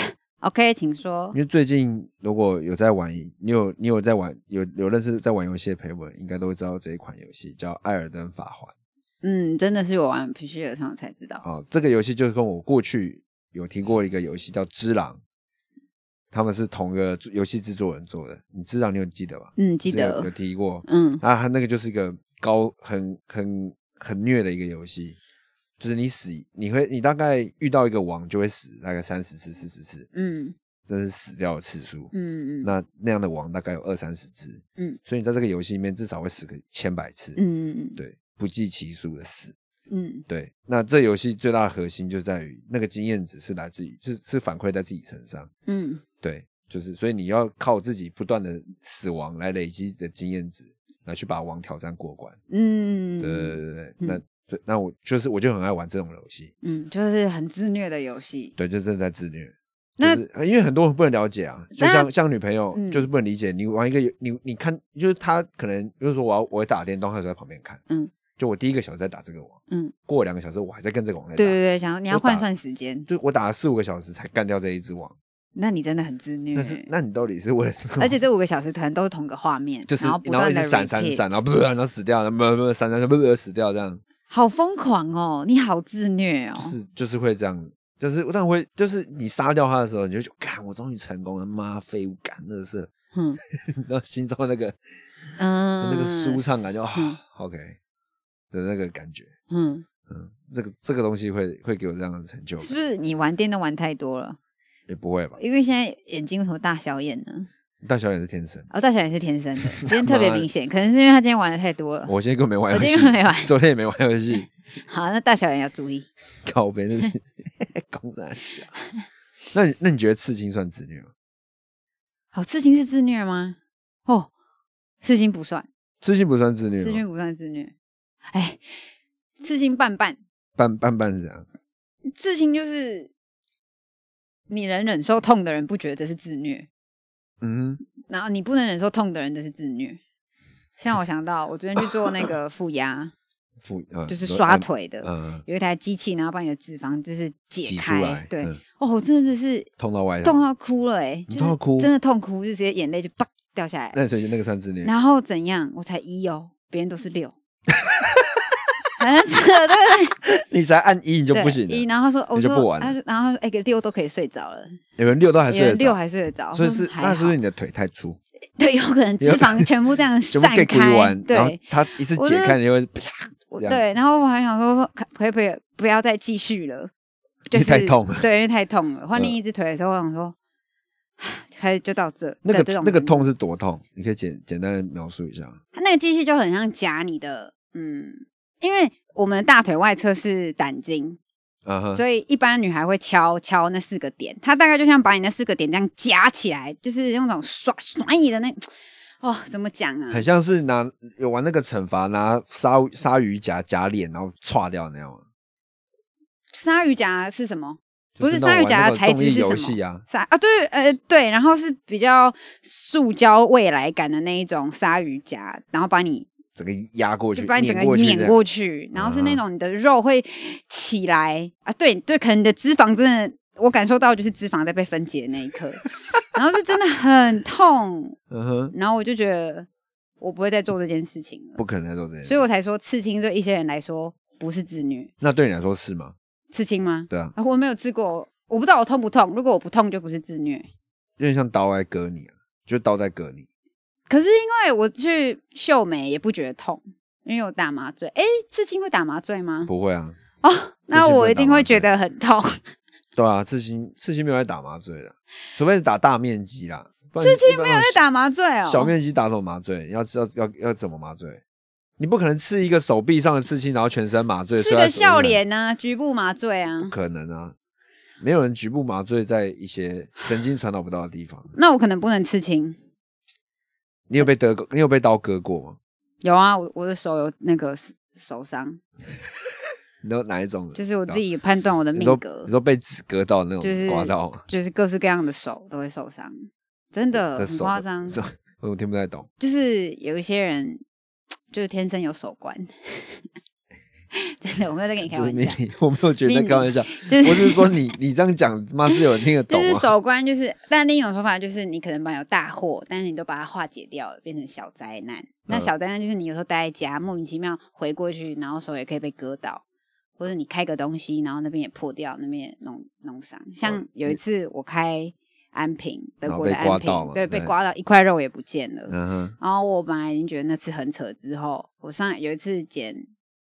S1: OK，请说
S3: 因。为最近如果有在玩，你有你有在玩，有有认识在玩游戏的朋友们，应该都会知道这一款游戏叫《艾尔登法环》。
S1: 嗯，真的是我玩 PC 的上才知道。
S3: 哦，这个游戏就是跟我过去有听过一个游戏叫《只狼》，他们是同一个游戏制作人做的。你《只狼》你有记得吧？
S1: 嗯，记
S3: 有有
S1: 得。
S3: 提
S1: [LAUGHS]
S3: 过。
S1: 嗯，
S3: 啊，它那个就是一个高很很很虐的一个游戏，就是你死你会你大概遇到一个王就会死大概三十次四十次，
S1: 嗯
S3: 这是死掉的次数。
S1: 嗯嗯
S3: 那那样的王大概有二三十只，
S1: 嗯，
S3: 所以你在这个游戏里面至少会死个千百次，
S1: 嗯嗯
S3: 对，不计其数的死。
S1: 嗯
S3: 对，那这游戏最大的核心就在于那个经验值是来自于，是是反馈在自己身上。
S1: 嗯，
S3: 对，就是所以你要靠自己不断的死亡来累积的经验值，来去把王挑战过关。
S1: 嗯，
S3: 对对对对，
S1: 嗯
S3: 那对那我就是我就很爱玩这种游戏，
S1: 嗯，就是很自虐的游戏。
S3: 对，就正在自虐。就
S1: 那
S3: 是因为很多人不能了解啊，就
S1: 那
S3: 像像女朋友
S1: 嗯
S3: 就是不能理解，你玩一个游你你看，就是她可能就是说我要我会打电动，她就在旁边看，
S1: 嗯，
S3: 就我第一个小时在打这个王，
S1: 嗯，
S3: 过两个小时我还在跟这个王在打，
S1: 对对对，想你要
S3: 我打
S1: 换算时间，
S3: 就我打了四五个小时才干掉这一只王，
S1: 那你真的很自虐欸
S3: 那。是那你到底是为了什么？
S1: 而且这五个小时可能都是同个画面，
S3: 就是
S1: 然后不
S3: 然后
S1: 断
S3: 一
S1: 的
S3: 直闪闪闪，然后不然后死掉，然后不不不闪闪不不死掉这样，
S1: 好疯狂哦！你好自虐哦，
S3: 就是就是会这样，就是但会就是你杀掉他的时候，你就觉得干我终于成功了，妈废物干乐 [LAUGHS] 色，
S1: 嗯
S3: 然后心中的那个
S1: 嗯，
S3: 那个舒畅感就
S1: 嗯
S3: 啊 OK 的那个感觉，
S1: 嗯，
S3: 嗯，这个这个东西会会给我这样的成就是感
S1: 不，是你玩电动玩太多了？
S3: 也不会吧？
S1: 因为现在眼睛为什么大小眼呢？
S3: 大小眼是天生，
S1: 哦，大小眼是
S3: [LAUGHS]
S1: 天生的，今天特别明显，可能是因为他今天玩的太多了。
S3: 我今天根本没玩
S1: 哦我
S3: 游
S1: 今
S3: 戏
S1: 天，没玩
S3: 昨天也没玩游
S1: [LAUGHS]
S3: 戏。
S1: 好，那大小眼要注意。
S3: 靠边，就是
S1: [LAUGHS]
S3: 公然笑。那你那你觉得刺青算自虐吗？
S1: 好，刺青是自虐吗？哦，刺青不算，
S3: 刺青不算自虐
S1: 刺青
S3: 吗？
S1: 不算自虐。哎，刺青半半，
S3: 半半半是这样，
S1: 刺青就是你能忍受痛的人不觉得这是自虐，
S3: 嗯哼，
S1: 然后你不能忍受痛的人就是自虐。像我想到，我昨天去做那个
S3: [LAUGHS]
S1: 负压，
S3: 腹呃
S1: 就是
S3: 说
S1: 刷
S3: 按
S1: 腿的，
S3: 呃
S1: 有一台机器，然后把你的脂肪就是
S3: 挤
S1: 解
S3: 出来
S1: 开，，对，
S3: 嗯
S1: 哦，我真的是
S3: 痛到外头
S1: 痛。到哭了、欸，哎，
S3: 你痛到哭哎
S1: 真的痛哭，就直接眼泪就啪掉下来。
S3: 那所以那个算自虐，
S1: 然后怎样？我才一哦，别人都是六， [LAUGHS] 反正是对对对，
S3: 你才按一你就
S1: 对
S3: 不行
S1: 一，
S3: 了。
S1: 然后说，我
S3: 你就
S1: 说
S3: 不玩了
S1: 他说然后哎，个六都可以睡着了，
S3: 有人六到还
S1: 有
S3: 睡得
S1: 人六
S3: 着，
S1: 还睡得着，
S3: 所以
S1: 我说
S3: 是
S1: 还
S3: 那是不是
S1: 好
S3: 你的腿太粗，
S1: 对，有可能脂
S3: 有
S1: 肪全部这
S3: [LAUGHS]
S1: 样
S3: 全部
S1: 散
S3: get
S1: 开
S3: 过去完，，然后
S1: 对
S3: 它一次解开，你就会啪，
S1: 我
S3: 这样
S1: 对，然后我还想说，可可不可以不要再继续了？就
S3: 因为
S1: 是
S3: 太痛了
S1: 对，因为太痛了。换
S3: 嗯
S1: 另一只腿的时候，我想说，开始就到这。
S3: 那
S1: 的这
S3: 个
S1: 种
S3: 那个
S1: 程度，
S3: 痛是多痛？你可以简简单的描述一下吗。
S1: 它那个机器就很像夹你的，嗯，因为我们的大腿外侧是胆经，
S3: 嗯哼，
S1: 所以一般女孩会敲敲那四个点，它大概就像把你那四个点这样夹起来，就是用那种甩甩你的那，哦，怎么讲啊？
S3: 很像是拿有玩那个惩罚，拿鲨鱼鲨鱼夹夹脸，然后歘掉那样吗？
S1: 鲨鱼夹是什么？
S3: 就
S1: 不
S3: 是
S1: 是
S3: 那种
S1: 鲨鱼夹
S3: 玩那
S1: 的
S3: 个
S1: 材
S3: 综
S1: 质
S3: 艺
S1: 是什
S3: 游
S1: 么？
S3: 戏啊，
S1: 鲨啊，对，呃，对，然后是比较塑胶未来感的那一种鲨鱼夹，然后把你
S3: 整个压过去，
S1: 就把你整个
S3: 碾过去这样，啊
S1: 碾过去，然后是那种你的肉会起来啊，对对，可能你的脂肪真的，我感受到就是脂肪在被分解的那一刻，然后是真的很痛，
S3: 嗯哼，
S1: 然后我就觉得我不会再做这件事情了，
S3: 不可能再做这件事。
S1: 所以我才说刺青对一些人来说不是自虐，
S3: 那对你来说是吗？
S1: 刺青吗？
S3: 对啊，
S1: 啊，我没有刺过，我不知道我痛不痛，如果我不痛就不是自虐。
S3: 有点像刀在割你啊，就刀在割你。
S1: 可是因为我去秀眉也不觉得痛，因为有打麻醉。哎，刺青会打麻醉吗？
S3: 不会啊，
S1: 那
S3: 刺青不
S1: 我
S3: 会
S1: 一
S3: 打
S1: 定
S3: 麻
S1: 会
S3: 醉
S1: 觉得很痛。
S3: 对啊，刺青刺青没有在打麻醉的，除非是打大面积啦。刺
S1: 刺青没有在 [LAUGHS] 打麻醉哦，
S3: 小面积打什么麻醉？要要要要怎么麻醉？你不可能刺一个手臂上的刺青，然后全身麻醉，
S1: 是
S3: 睡在
S1: 个
S3: 手臂
S1: 笑
S3: 上
S1: 脸啊，局部麻醉啊
S3: 不。可能啊，没有人局部麻醉在一些神经传导不到的地方。
S1: 那我可能不能刺青。
S3: 你有被得过？你有被刀割过吗？
S1: 有啊，我我的手有那个手伤，
S3: 你都哪一种？
S1: 就是我自己判断我的
S3: 你
S1: 命
S3: 说
S1: 格
S3: 你，说被纸割到那
S1: 就是
S3: 种刮到吗，
S1: 就是各式各样的手都会受伤，真的
S3: 那
S1: 很
S3: 手
S1: 夸张。
S3: 手我听不太懂。
S1: 就是有一些人就是天生有手关， [LAUGHS] 真的，我没有在跟你
S3: 这
S1: 开
S3: 是
S1: 玩
S3: 命
S1: 笑，
S3: 理，我没有觉得在开玩笑，
S1: 就是
S3: 我只是说
S1: [LAUGHS]
S3: 你你这样讲，妈是有人听得懂啊
S1: 就是
S3: 吗？
S1: 守关，就是但另一种说法就是，你可能本来有大祸，但是你都把它化解掉了，变成小灾难。那
S3: 嗯
S1: 小灾难就是你有时候待在家，莫名其妙回过去，然后手也可以被割到，或者你开个东西，然后那边也破掉，那边也弄弄伤。像有一次我开安瓶，德国
S3: 嗯
S1: 的
S3: 然后
S1: 安
S3: 被刮到
S1: 瓶
S3: 嘛，
S1: 对，被
S3: 对
S1: 刮到一块肉也不见了。
S3: 嗯哼，
S1: 然后我本来已经觉得那次很扯，之后我上有一次剪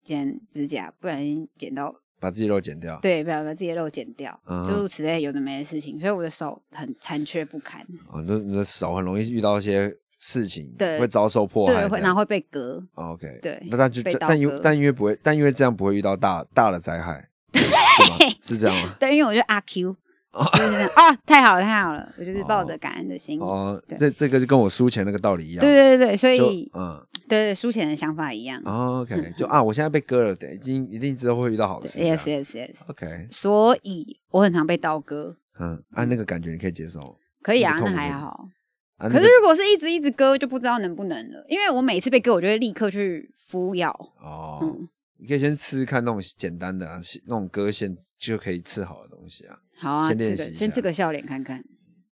S1: 剪指甲，不小心剪到
S3: 把自己肉剪掉。
S1: 对，不要把自己的肉剪掉，
S3: 嗯
S1: 诸如此类有的没的事情，所以我的手很残缺不堪，
S3: [LAUGHS] 哦，你的你的手很容易遇到一些事情，
S1: 对
S3: 会遭受迫害
S1: 对，
S3: 这
S1: 会
S3: 样。
S1: 然后会被割，
S3: 哦 OK，
S1: 对
S3: 那但就
S1: 被
S3: 就
S1: 刀
S3: 但因
S1: 割
S3: 但因为不会，但因为这样不会遇到大大的灾
S1: [LAUGHS]
S3: 害，是吗？是这样吗？
S1: 对，因为我就阿
S3: [LAUGHS]
S1: Q，就是这样啊，太好了，太好了，我就是抱着感恩的心，
S3: 哦，
S1: 对
S3: 这这个就跟我输钱那个道理一样。
S1: 对对对，所
S3: 就
S1: 以
S3: 嗯
S1: 对对，苏浅的想法一样、
S3: 哦，OK，就啊，我现在被割了，等已经一定之后会遇到好
S1: 对
S3: 事。
S1: ，yes
S3: 这样
S1: yes yes，
S3: OK，
S1: 所以我很常被刀割，
S3: 嗯，啊，那个感觉你可以接受。
S1: 可以啊，
S3: 那个
S1: 那
S3: 痛苦
S1: 还
S3: 的
S1: 好。
S3: 啊，那
S1: 可是
S3: 个
S1: 如果是一直一直割，就不知道能不能了，因为我每次被割，我就会立刻去敷药，
S3: 哦，
S1: 嗯
S3: 你可以先吃吃看那种简单的、啊，那种割线就可以刺好的东西啊。
S1: 好啊，
S3: 先练
S1: 这个
S3: 习一
S1: 先
S3: 下
S1: 这个笑脸看看。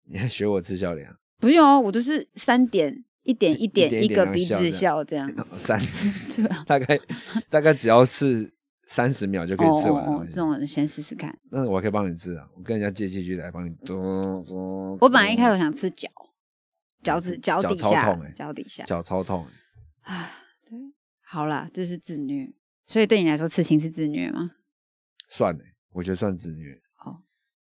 S3: 你还学我吃笑脸、啊，
S1: 不用哦，我都是三点一点一点
S3: 一点
S1: 一
S3: 一
S1: 个
S3: 点
S1: 鼻
S3: 这样
S1: 子
S3: 笑
S1: 笑
S3: [LAUGHS]
S1: 这样，
S3: 哦
S1: [LAUGHS]
S3: 三
S1: 对啊吧？
S3: 大概大概只要刺三十秒就可以
S1: 哦
S3: 吃
S1: 哦
S3: 完的
S1: 哦
S3: 东，
S1: 这
S3: 西。
S1: 种人先试试看。
S3: 那我还可以帮你吃啊，我跟人家借器具来帮你咚咚。
S1: 我本来一开
S3: 始
S1: 始想吃脚，脚趾
S3: 嗯
S1: 脚
S3: 脚
S1: 底
S3: 超
S1: 下
S3: 痛欸，
S1: 脚底下。
S3: 脚超痛，欸
S1: 好啦，这是自虐，所以对你来说，刺青是自虐吗？
S3: 算了，我觉得算自虐。
S1: 哦，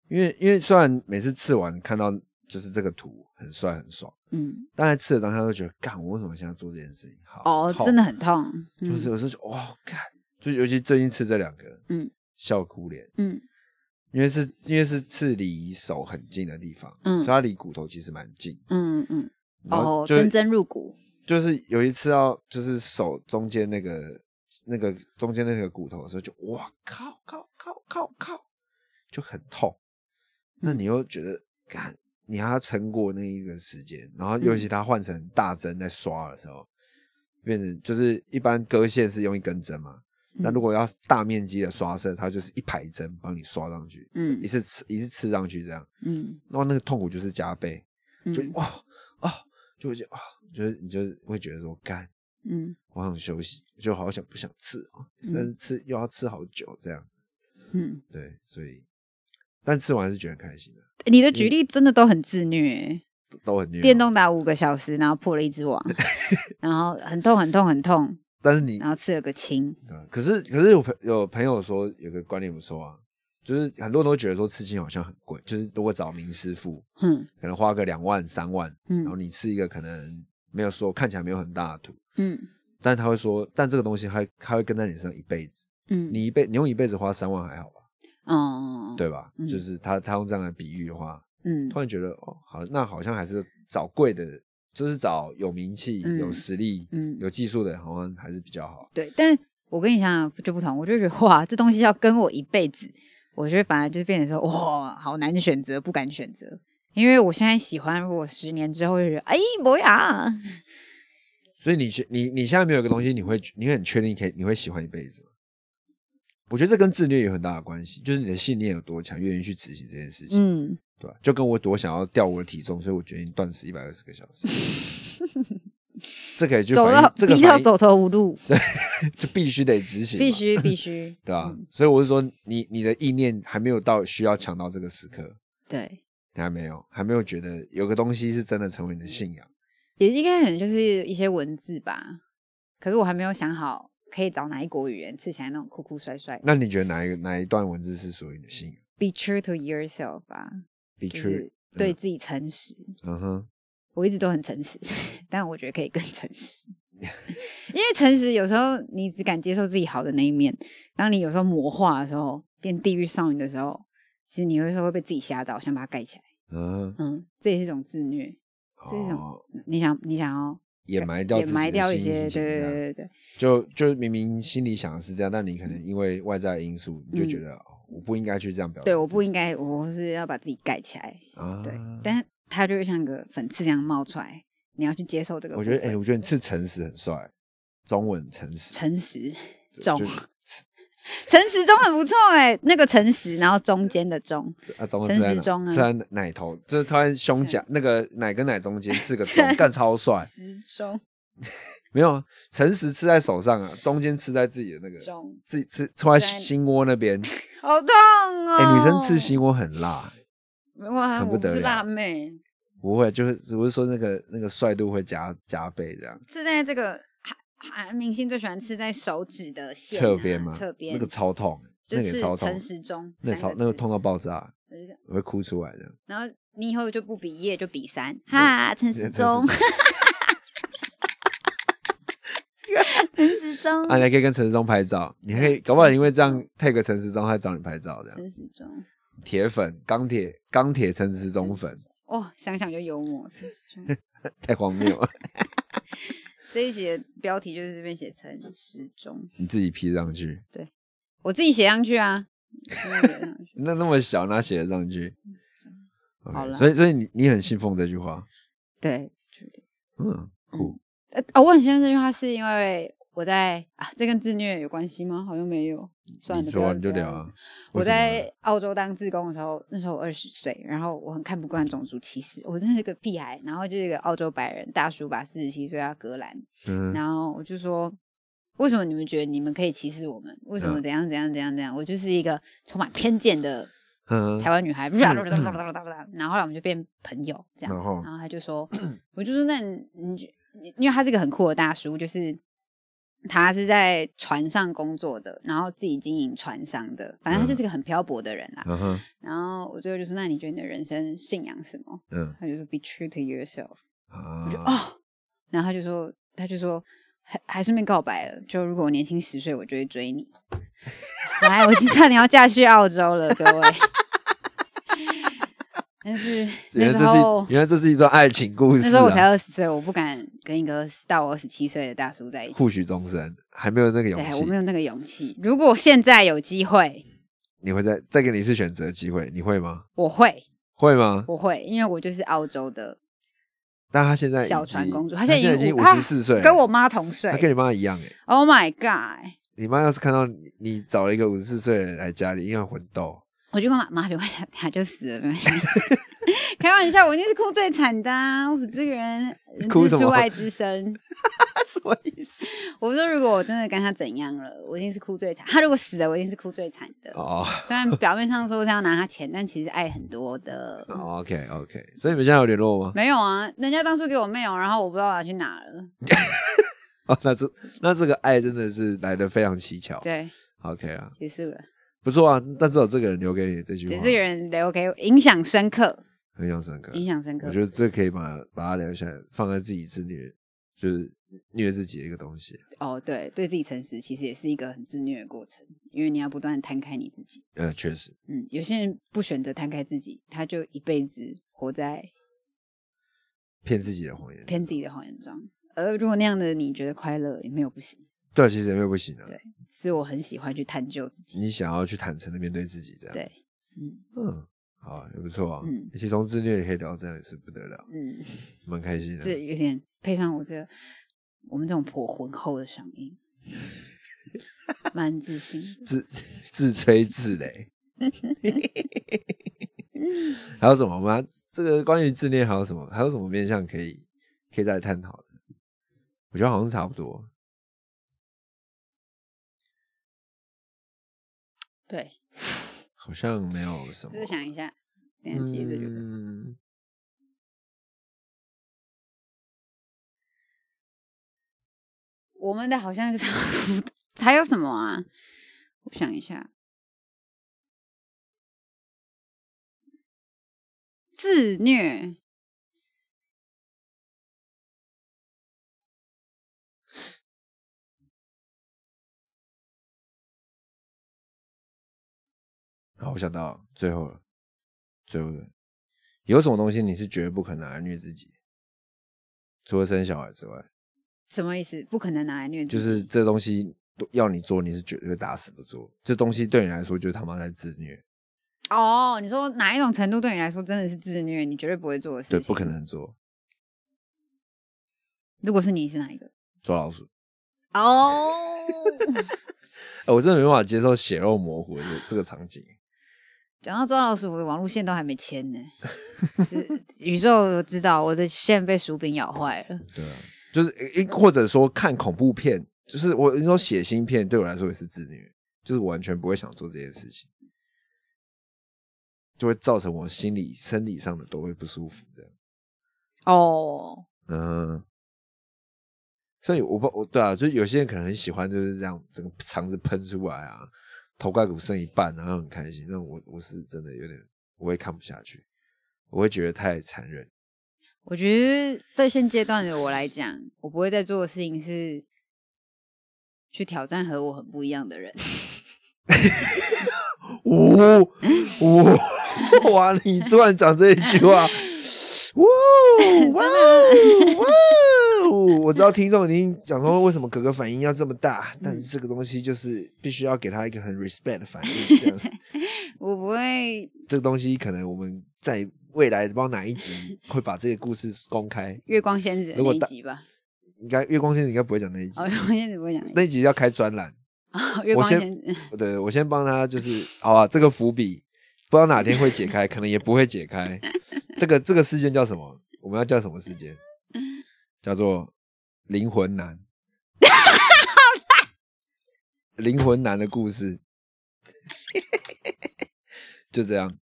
S3: 因为因为虽然每次刺完看到就是这个图很帅很爽，
S1: 嗯，
S3: 但在刺的当下都觉得，干，我为什么现在做这件事情？好
S1: 哦，
S3: 痛
S1: 真的很痛，
S3: 就
S1: 嗯
S3: 是有时候就哇，看，就尤其最近吃这两个，
S1: 嗯，
S3: 笑哭脸，
S1: 嗯
S3: 因为是因为是刺离手很近的地方，
S1: 嗯
S3: 所以它离骨头其实蛮近，
S1: 嗯嗯，
S3: 然
S1: 哦
S3: 后，就、
S1: 针针入骨，
S3: 就是有一次要就是手中间那个那个中间那个骨头的时候就，哇靠靠靠靠靠，就很痛，那你又觉得干。你还要撑过那一个时间，然后
S1: 嗯
S3: 尤其它换成大针在刷的时候，变成就是一般割线是用一根针嘛，那
S1: 嗯
S3: 如果要大面积的刷色，它就是一排针帮你刷上去，
S1: 嗯
S3: 一次刺一次刺上去这样，
S1: 嗯
S3: 那那个痛苦就是加倍，就
S1: 嗯
S3: 哇啊、就会觉得啊，就是你就是会觉得说干，
S1: 嗯
S3: 我想休息，就好想不想刺啊，
S1: 嗯
S3: 但是刺又要刺好久这样，
S1: 嗯，
S3: 对，所以但吃完还是觉得很开心的，
S1: 你的举例真的都很自虐欸。
S3: 都都很虐哦
S1: 电，动打五个小时，然后破了一只
S3: [LAUGHS]
S1: 网，然后很痛很痛很痛，
S3: 但是你
S1: 然后吃了个青，
S3: 对啊可是可是有朋有朋友说有个观念不错啊，就是很多人都觉得说刺青好像很贵，就是如果找名师傅，
S1: 哼
S3: 可能花个两万三万。然后
S1: 嗯
S3: 你吃一个可能没有说看起来没有很大的图，
S1: 嗯
S3: 但他会说，但这个东西它它会跟在你身上一辈子，
S1: 嗯，
S3: 你一辈你用一辈子花三万还好吧，
S1: 哦，
S3: 对吧？
S1: 嗯
S3: 就是他他用这样的比喻的话，
S1: 嗯
S3: 突然觉得哦，好，那好像还是找贵的，就是找有名气、
S1: 嗯
S3: 有实力、
S1: 嗯，
S3: 有技术的，好像还是比较好。
S1: 对，但我跟你想想就不同，我就觉得哇，这东西要跟我一辈子，我觉得反而就变成说哇，好难选择，不敢选择。因为我现在喜欢，如果十年之后就觉得，哎，
S3: [LAUGHS]
S1: 不呀，
S3: 所以你确你你现在没有一个东西，你会你会很确定可以你会喜欢一辈子吗？我觉得这跟自虐有很大的关系，就是你的信念有多强，愿意去执行这件事情。
S1: 嗯，
S3: 对吧、就跟我多想要掉我的体重，所以我决定断食一百二十个小时。
S1: [LAUGHS]
S3: 这可以去
S1: 走
S3: 反映
S1: 到，
S3: 这
S1: [LAUGHS]
S3: 个
S1: 逼到
S3: 反
S1: 走投无路，
S3: 映 [LAUGHS] 就必须得执行嘛，
S1: 必须
S3: [LAUGHS]
S1: 必须，
S3: 对吧、
S1: 嗯
S3: 所以我是说，你你的意念还没有到需要强到这个时刻，
S1: 对，
S3: 你还没有，还没有觉得有个东西是真的成为你的信仰。
S1: 也应该可能就是一些文字吧。可是我还没有想好可以找哪一国语言吃起来那种酷酷帅帅。
S3: 那你觉得哪一个哪一段文字是属于你的信仰
S1: Be true to yourself 啊，
S3: ？Be
S1: 就
S3: true，
S1: 是对自己诚实。
S3: 嗯哼，
S1: 我一直都很诚实， [LAUGHS] 但我觉得可以更诚实。因为诚实有时候你只敢接受自己好的那一面，当你有时候魔化的时候，变地狱少女的时候，其实你有时候会被自己吓到，想把它盖起来。
S3: 嗯哼，
S1: 嗯，这也是一种自虐。这种
S3: 哦
S1: 你想你想要
S3: 掩埋掉
S1: 掩
S3: 自
S1: 埋
S3: 己的
S1: 掉一
S3: 心
S1: 些，
S3: 情，这
S1: 对对
S3: 样
S1: 对对对，
S3: 就就明明心里想的是这样，但你可能因为外在因素，你就觉得、哦我不应该去这样表达自己，
S1: 嗯对，我不应该，我是要把自己盖起来，
S3: 啊，
S1: 对，但是它就会像个粉刺这样冒出来，你要去接受这个部
S3: 我
S1: 分。
S3: 觉得，哎、我觉得你是诚实很帅，中文诚实，
S1: 诚实
S3: 就
S1: 中啊
S3: 就
S1: 诚实中很不错哎、那个诚实，然后中间的中，
S3: 啊，中文
S1: 诚
S3: 是在
S1: 实
S3: 哪
S1: 中啊
S3: 是在奶头，就是他在胸甲那个奶跟奶中间刺个中，
S1: 诚
S3: 干超帅。
S1: 实中
S3: 没有啊，诚实吃在手上啊，中间吃在自己的那个，
S1: 中，
S3: 自己吃戳在
S1: 在
S3: 心窝那边。
S1: 好痛哦！
S3: 哎、女生吃心窝很辣、
S1: 没关系，
S3: 很不
S1: 我不
S3: 得了
S1: 是辣妹，
S3: 不会，就是只是说那个那个帅度会加加倍这样。
S1: 是在这个韩韩明星最喜欢吃在手指的线啊
S3: 侧边吗？
S1: 侧边
S3: 那个超痛，
S1: 就
S3: 那个也
S1: 是
S3: 超痛
S1: 诚，实中，
S3: 那个
S1: 三
S3: 超
S1: 个
S3: 那个
S1: 字
S3: 痛到爆炸，
S1: 我就这样
S3: 我会哭出来的。
S1: 然后你以后就不比耶就
S3: [LAUGHS]
S1: 比三，哈，陈时
S3: 陈时
S1: 中，陈时中
S3: 啊，，你还可以跟陈时中拍照，你还可以搞不好因为这样 take 陈时中，他找你拍照这样。
S1: 陈时中，
S3: 铁粉，钢铁钢铁陈时中粉，
S1: 哦，想想就幽默。陈时中
S3: 太荒谬了，
S1: 这一集的标题就是这边写陈时中，
S3: 你自己 P 上去，
S1: 我自己写上去啊。我自己写上去
S3: 那那么小，哪写得上去？OK， [LAUGHS]
S1: 好啦
S3: 所以所以你你很信奉这句话，
S1: 对，
S3: 嗯，酷，
S1: 呃，哦，我很喜欢这句话，是因为我在啊，这跟自虐有关系吗？好像没有。算
S3: 你
S1: 了，不
S3: 说
S1: 要
S3: 啊你就
S1: 不要
S3: 聊啊。
S1: 我
S3: 为什么呢
S1: 在澳洲当志工的时候，那时候我二十岁，然后我很看不惯种族歧视，我真是个屁孩。然后就是一个澳洲白人大叔吧，四十七岁啊，格兰。
S3: 嗯，
S1: 然后我就说，为什么你们觉得你们可以歧视我们？为什么
S3: 嗯
S1: 怎样怎样怎样怎样？我就是一个充满偏见的
S3: 嗯
S1: 台湾女孩。 [LAUGHS] 然后后来我们就变朋友，这样。
S3: 然后
S1: 然后他就说， [CLEARS THROAT] 我就说那你你就你因为他是一个很酷的大叔，就是他是在船上工作的，然后自己经营船商的，反正他就是一个很漂泊的人啦。
S3: 嗯哼，
S1: 然后我最后就说，那你觉得你的人生信仰什么？
S3: 嗯
S1: 他就说 be true to yourself。
S3: 啊，
S1: 哦，然后他就说，他就说，还还顺便告白了，就如果我年轻十岁，我就会追你。 [LAUGHS] 来，我已经差点要嫁去澳洲了，各位。
S3: [LAUGHS]
S1: 但是那
S3: 原来
S1: 时
S3: 这
S1: 候
S3: 是，原来这是一段爱情故
S1: 那
S3: 事
S1: 时候我才
S3: 啊，
S1: 二十岁，我不敢跟一个20到我二十七岁的大叔在一起
S3: 互。许终身，还没有那个
S1: 对
S3: 勇，气
S1: 我没，有那个勇气。如果现在有机会，
S3: 你会再再给你一次选择机会，你会吗？
S1: 我会，
S3: 会吗？
S1: 我会，因为我就是澳洲的
S3: 但他现在已
S1: 小船
S3: 经
S1: 公主，
S3: 他
S1: 现
S3: 现
S1: 在
S3: 在已经
S1: 五
S3: 五十四岁了，
S1: 跟我妈同岁
S3: 他。跟你妈一样哎。
S1: Oh my god！
S3: 你妈要是看到你你找了一个五十四岁的人来家里，应该魂
S1: [LAUGHS]
S3: 斗。
S1: 我就跟妈妈别关系，他就
S3: [LAUGHS]
S1: 死了，[LAUGHS] 没关系。开玩笑，我一定是哭最惨的、啊。我这个人人
S3: 哭
S1: 之
S3: 什么
S1: 初爱之深。
S3: 什么意思？
S1: 我说，如果我真的跟他怎样了，我一定是哭最惨。他如果死了，我一定是哭最惨的。
S3: 哦、
S1: 虽然表面上说是要拿他钱，但其实爱很多的。
S3: o k OK，所以你们现在有联络吗？ [LAUGHS]
S1: 没有啊，人家当初给我妹哦，然后我不知道拿去哪了。
S3: 哦，那这那这个爱真的是来的非常蹊跷。
S1: 对，
S3: OK 啊，
S1: 结束了。
S3: 不错啊，但至少这个人留给你这句
S1: 对，
S3: 话，
S1: 这个人留给我影响深刻，
S3: 很印象深刻。
S1: 影响深刻
S3: 我。觉得这可以把把它留下来，放在自己自虐，就是虐自己的一个东西。
S1: 哦，对，对自己诚实其实也是一个很自虐的过程，因为你要不断地摊开你自己。
S3: 呃，确实，
S1: 嗯，有些人不选择摊开自己，他就一辈子活在
S3: 骗自己的谎言，
S1: 骗自己的谎言中。而如果那样的你觉得快乐，也没有不行。
S3: 对啊，其实也没有不行啊。
S1: 对是我很喜欢去探究自己。
S3: 你想要去坦诚的面对自己，这样
S1: 对，嗯
S3: 嗯，好啊，也不错啊。
S1: 嗯
S3: 其实从自虐也可以聊到这样，也是不得了，
S1: 嗯，
S3: 蛮开心的。
S1: 这有点配上我这个我们这种颇浑厚的嗓音，蛮自信的。
S3: 自 [LAUGHS] 自吹自
S1: [LAUGHS]
S3: 擂。还有什么吗？这个关于自恋还有什么？还有什么面向可以可以再探讨的？我觉得好像差不多。
S1: 对，
S3: 好像没有什么
S1: 只。是想一下，等一下接着就、
S3: 嗯，
S1: 我们的好像就 [LAUGHS] 差不多。还有什么啊？我想一下，自虐。
S3: 好，我想到最后了，最后了，有什么东西你是绝对不可能拿来虐自己？除了生小孩之外，
S1: 什么意思？不可能拿来虐自
S3: 就
S1: 己，
S3: 是这东西都要你做，你是绝对打死不做。这东西对你来说就是他妈在自虐，
S1: 哦，你说哪一种程度对你来说真的是自虐，你绝对不会做的事情？
S3: 对，不可。能做。
S1: 如果是你是哪一个？
S3: 抓老鼠，
S1: 哦，
S3: 哎、我真的没办法接受血肉模糊的这这个场景。
S1: 讲到抓老鼠，我的网路线都还没牵呢。是宇宙知道我的线被薯饼咬坏了。
S3: 对啊，就是一或者说看恐怖片，就是我你说血腥片对我来说也是自虐，就是我完全不会想做这件事情，就会造成我心理、生理上的都会不舒服这样。
S1: 哦，
S3: 嗯，所以我不我对啊，就是有些人可能很喜欢就是这样整个肠子喷出来啊，头盖骨剩一半，然后很开心。那我我是真的有点我会看不下去，我会觉得太残忍。
S1: 我觉得对现阶段的我来讲，我不会再做的事情是去挑战和我很不一样的人。 [LAUGHS]
S3: 呜呜！哇，你突然讲这一句话，呜哇哇！我知道听众已经讲说为什么哥哥反应要这么大，但是这个东西就是必须要给他一个很 respect 的反应。这样，
S1: 我不会
S3: 这个东西可能我们在未来不知道哪一集会把这个故事公开。
S1: 月光仙子的
S3: 如果
S1: 那一
S3: 大
S1: 集吧？
S3: 应该月光先生应该不会讲那一集
S1: 哦，，月光仙子不会讲那一集
S3: 那一集要开专栏。
S1: 哦月
S3: 我
S1: 光
S3: 先
S1: 仙子。 [LAUGHS]
S3: 对，我先帮他，就是好啊，这个伏笔不知道哪天会解开，可能也不会解开。这个这个事件叫什么？我们要叫什么事件？叫做灵魂男。灵魂男的故事，就这样。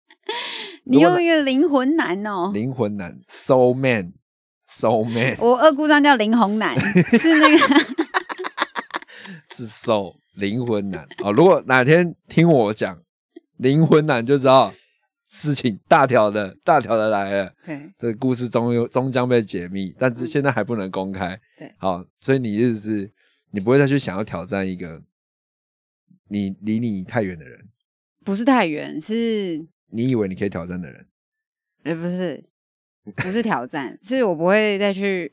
S1: 你
S3: 如果
S1: 用一个灵魂男哦，
S3: 灵魂男，soul man，soul man
S1: 我二姑丈叫林红
S3: [LAUGHS]
S1: 男，是那个
S3: 是 soul 灵魂男啊、哦。如果哪天听我讲灵魂男，就知道事情大条的大条的来了。
S1: 对
S3: 这个故事终有终将被解密，但是现在还不能公开。
S1: 嗯对
S3: 好，所以你就是你不会再去想要挑战一个你离你太远的人，
S1: 不是太原，是
S3: 你以为你可以挑战的人。
S1: 呃不是不是挑战，是我不会再去。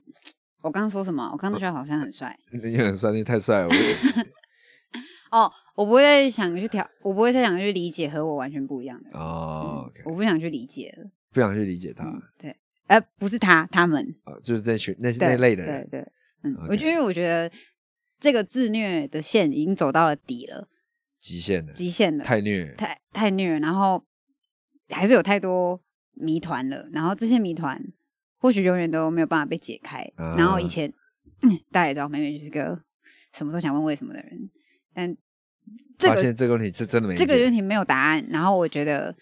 S1: 我刚刚说什么？我刚刚觉得好像很帅
S3: 你很帅，你太帅了，我
S1: [LAUGHS] 哦，我不会再想去挑，我不会再想去理解和我完全不一样的人。
S3: 哦，OK，
S1: 我不想去理解了。
S3: 不想去理解他，
S1: 嗯，对，呃，不是他，他们
S3: 啊，就是那群那
S1: 对
S3: 那类的人，
S1: 对对，嗯，
S3: OK
S1: 我就因为我觉得这个自虐的线已经走到了底了，
S3: 极限的，
S1: 极限了，
S3: 太虐，
S1: 太太虐，然后还是有太多谜团了，然后这些谜团或许永远都没有办法被解开。
S3: 啊
S1: 然后以前、 [CLEARS THROAT] 嗯大家也知道，美美就是个什么都想问为什么的人，但这
S3: 发
S1: 个
S3: 现这个问题是真的没
S1: 这个
S3: 解
S1: 问题没有答案，然后我觉得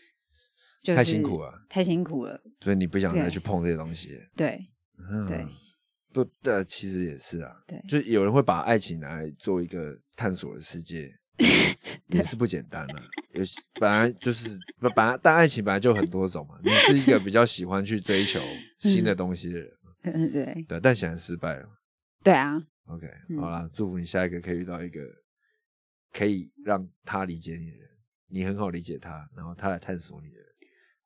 S1: 就是
S3: 太辛苦了，
S1: 太辛苦了，
S3: 所以你不想再
S1: 对
S3: 去碰这些东西。
S1: 对
S3: 嗯
S1: 对，
S3: 不，呃，其实也是啊，
S1: 对
S3: 就有人会把爱情拿来做一个探索的世
S1: [LAUGHS]
S3: 界，也是不简单啊。有些本来就是本来，但爱情本来就很多种嘛。你是一个比较喜欢去追求新
S1: 嗯
S3: 的东西的人，
S1: 对
S3: 对，但显然失败了。
S1: 对啊，
S3: OK，、
S1: 嗯
S3: 好啦，祝福你下一个可以遇到一个可以让他理解你的人，你很好理解他，然后他来探索你的人，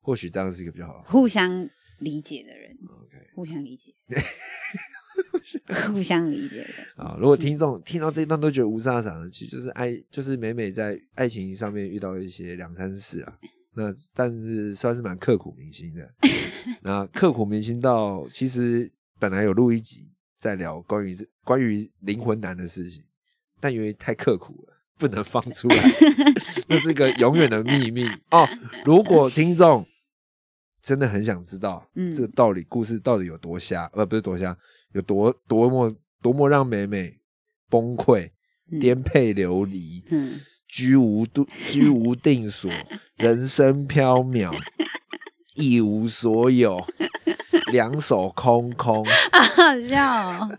S3: 或许这样是一个比较好的。
S1: 互相理解的人，
S3: OK。
S1: 互相理解，互相理解的。
S3: 啊，如果听众听到这一段都觉得无啥啥的，其实就是爱，就是每每在爱情上面遇到一些两三事啊，那但是算是蛮刻骨铭心
S1: [LAUGHS]
S3: 的。那刻骨铭心到，其实本来有录一集在聊关于这关于灵魂男的事情，但因为太刻苦了，不能放出
S1: [LAUGHS]
S3: 来，这是一个永远的秘密哦。如果听众真的很想知道，
S1: 嗯
S3: 这个道理故事到底有多瞎，呃，不是多瞎，有多多么多么让美美崩溃、
S1: 嗯
S3: 颠沛流离、
S1: 嗯，
S3: 居无度居无定所、人生飘渺、一无所有、两手空空
S1: 啊好笑、
S3: [LAUGHS]
S1: 哦。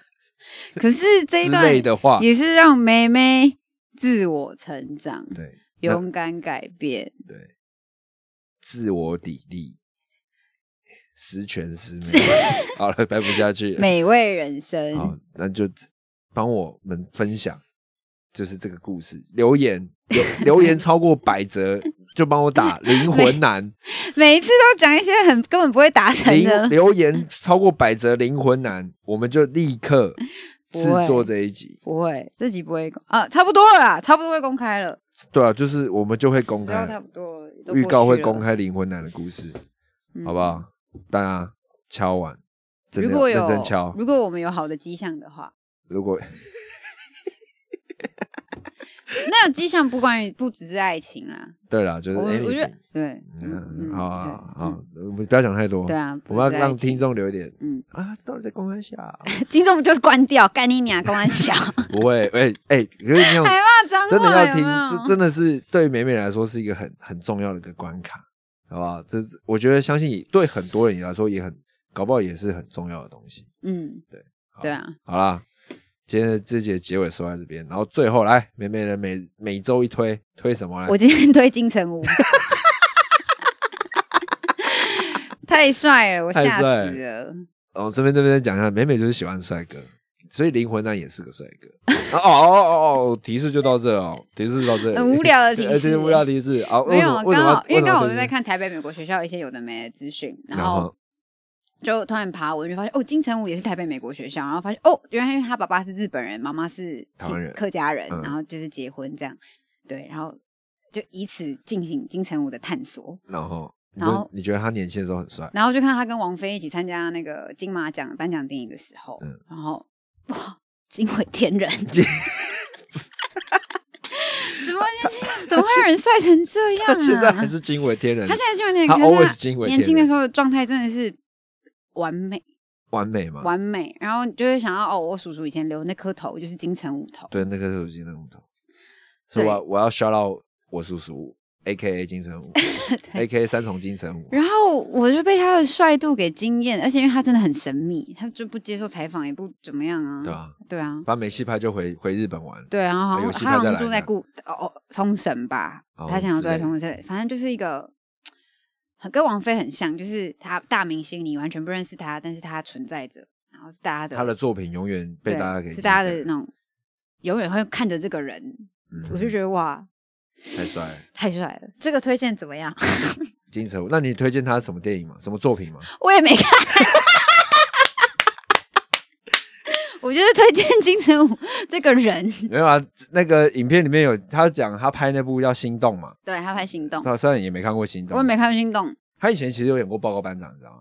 S1: 可是这一
S3: 之
S1: 段
S3: 类的话，
S1: 也是让妹妹自我成长、
S3: 对
S1: 勇敢改变。
S3: 对，自我砥砺。十全十
S1: [LAUGHS]
S3: 美，好了，掰不下去了。
S1: 美味人
S3: 好
S1: 生，，
S3: 那就帮我们分享，就是这个故事留言，留留言超过百则就帮我
S1: [LAUGHS]
S3: 打灵魂男，
S1: 每一次都讲一些很根本不会达成
S3: 灵
S1: 的，
S3: 留言超过百则灵魂
S1: [LAUGHS]
S3: 男，我们就立刻
S1: 不
S3: 制
S1: 会
S3: 作这一集。
S1: 不会，自己不会公啊，差不多了啦，差不多会公开了，
S3: 对啊，就是我们就会公
S1: 时候差
S3: 开
S1: 不多了，都
S3: 预告
S1: 过
S3: 会
S1: 去了
S3: 公，开灵魂男的故事，
S1: 嗯
S3: 好不？好？大家敲完，真
S1: 如
S3: 的
S1: 果
S3: 认
S1: 有
S3: 真敲。
S1: 如果我们有好的迹象的话，
S3: 如果 [LAUGHS]
S1: [LAUGHS] 那有迹象不关于不只是爱情啦，
S3: 对啦，就是
S1: 我我觉
S3: anything
S1: 得对，
S3: 嗯，
S1: 嗯
S3: 好
S1: 对
S3: 啊好
S1: 嗯
S3: 啊，我们不要讲太多。
S1: 对啊，
S3: 我们要
S1: 不是爱
S3: 让
S1: 情
S3: 听众留一点。
S1: 嗯
S3: 啊，到底在公安下？
S1: [LAUGHS] 听众就是关掉，干你娘，公安小，
S3: [LAUGHS] 不会，哎哎，可是你有
S1: 还骂脏话，
S3: 真的要听，
S1: 有没有
S3: 这真的是对美美来说是一个很很重要的一个关卡，好不好？这我觉得相信对很多人来说也很，搞不好也是很重要的东西。
S1: 嗯，
S3: 对，好
S1: 对啊，
S3: 好啦，今天的这节结尾说在这边，然后最后来美美的每每周一推推什么来？
S1: 我今天推金城武， [LAUGHS] 太帅了，我
S3: 太
S1: 吓
S3: 帅
S1: 死了，
S3: 哦，这边这边讲一下，美美就是喜欢帅哥，所以灵魂男也是个帅哥。 [LAUGHS] 哦哦哦哦，提示就到这哦，提示就到这里，
S1: 很无聊的提
S3: [LAUGHS]
S1: 示
S3: 哎这是无聊提示。啊，
S1: 没有，
S3: 为什
S1: 刚
S3: 么
S1: 好因为刚好我
S3: 就
S1: 就在，看台北美国学校一些有的没的资讯，
S3: 什么要
S1: 然后。就突然爬文，就发现哦，金城武也是台北美国学校，然后发现哦，原来因为他爸爸是日本人，妈妈是
S3: 台湾人
S1: 客家人，
S3: 嗯
S1: 然后就是结婚这样，对，然后就以此进行金城武的探索，
S3: 然后，然
S1: 然
S3: 后
S1: 后
S3: 你觉得他年轻的时候很帅？
S1: 然后就看他跟王菲一起参加那个金马奖颁奖典礼的时候，
S3: 嗯
S1: 然后哇，惊为
S3: [LAUGHS]
S1: 天人，
S3: 惊
S1: 怎么年轻怎么会有人帅成这样
S3: [LAUGHS]
S1: 啊？
S3: 他现在还是惊为天人，
S1: 他现在就有点
S3: 他
S1: 可是
S3: always 惊为天
S1: 年
S3: 人，
S1: 轻的时候的状态真的是完美
S3: 完美嘛？
S1: 完美，然后你就会想到哦，我叔叔以前留那颗头就是金城武头，
S3: 对，那个手机那个木头，所以
S1: 对
S3: 我要我要 shout out 我叔叔，A K A 金城
S1: [LAUGHS]
S3: 武，A K A 三重金城武。
S1: 然后我就被他的帅度给惊艳，而且因为他真的很神秘，他就不接受采访，也不怎么样啊，
S3: 对啊，
S1: 对啊，
S3: 把美戏拍就回回日本玩，
S1: 对，啊然后好
S3: 有
S1: 像
S3: 戏
S1: 他好
S3: 拍再
S1: 像
S3: 来
S1: 住
S3: 这
S1: 在
S3: 样
S1: 故哦哦冲绳吧，
S3: 哦
S1: 他想要住
S3: 之类
S1: 在
S3: 的
S1: 冲绳，反正就是一个很跟王菲很像，就是他大明星，你完全不认识他，但是他存在着，然后是大家的
S3: 他的作品永远被
S1: 对
S3: 大家给
S1: 是大家
S3: 记
S1: 的
S3: 得
S1: 那种永远会看着这个人，
S3: 嗯
S1: 我就觉得哇
S3: 太帅了，
S1: 太帅了，这个推荐怎么样？
S3: 金城武。那你推荐他什么电影吗？什么作品吗？
S1: 我也没看。 [LAUGHS] 我就是推荐金城武这个人，
S3: 没有啊，那个影片里面有他讲他拍那部叫《心动》嘛，
S1: 对他拍《心动》，
S3: 他虽然也没看过《心
S1: 我
S3: 动
S1: 也》，没看过《心动》。
S3: 他以前其实有演过《报告班长》，你知道吗？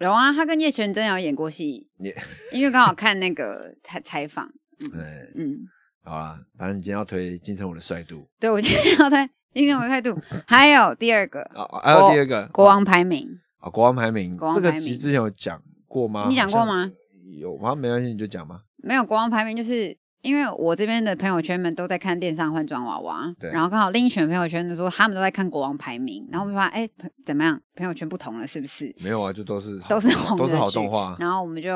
S1: 有啊，他跟叶璇真有演过戏
S3: 也，
S1: 因为刚好看那个采采访，
S3: 对，
S1: 嗯，
S3: 好啦，反正你今天要推金城武的帅度
S1: 对我今天 [LAUGHS] 要对金城武的态度，还有第二个
S3: 啊，啊还有第二个
S1: 国王排名，
S3: 啊，国王排名
S1: 国王
S3: 这个
S1: 排
S3: 集
S1: 名
S3: 之前有讲过吗？
S1: 你讲过
S3: 好像
S1: 吗？
S3: 有吗？没关系，你就讲吧。
S1: 没有国王排名，就是因为我这边的朋友圈们都在看恋上换装娃娃，
S3: 对
S1: 然后刚好另一群朋友圈就说他们都在看国王排名，然后我们发现哎朋怎么样，朋友圈不同了是不是？
S3: 没有啊，就都是
S1: [LAUGHS] 都是
S3: 好
S1: 红
S3: 都是
S1: 的
S3: 好
S1: 剧
S3: 动画。
S1: 然后我们就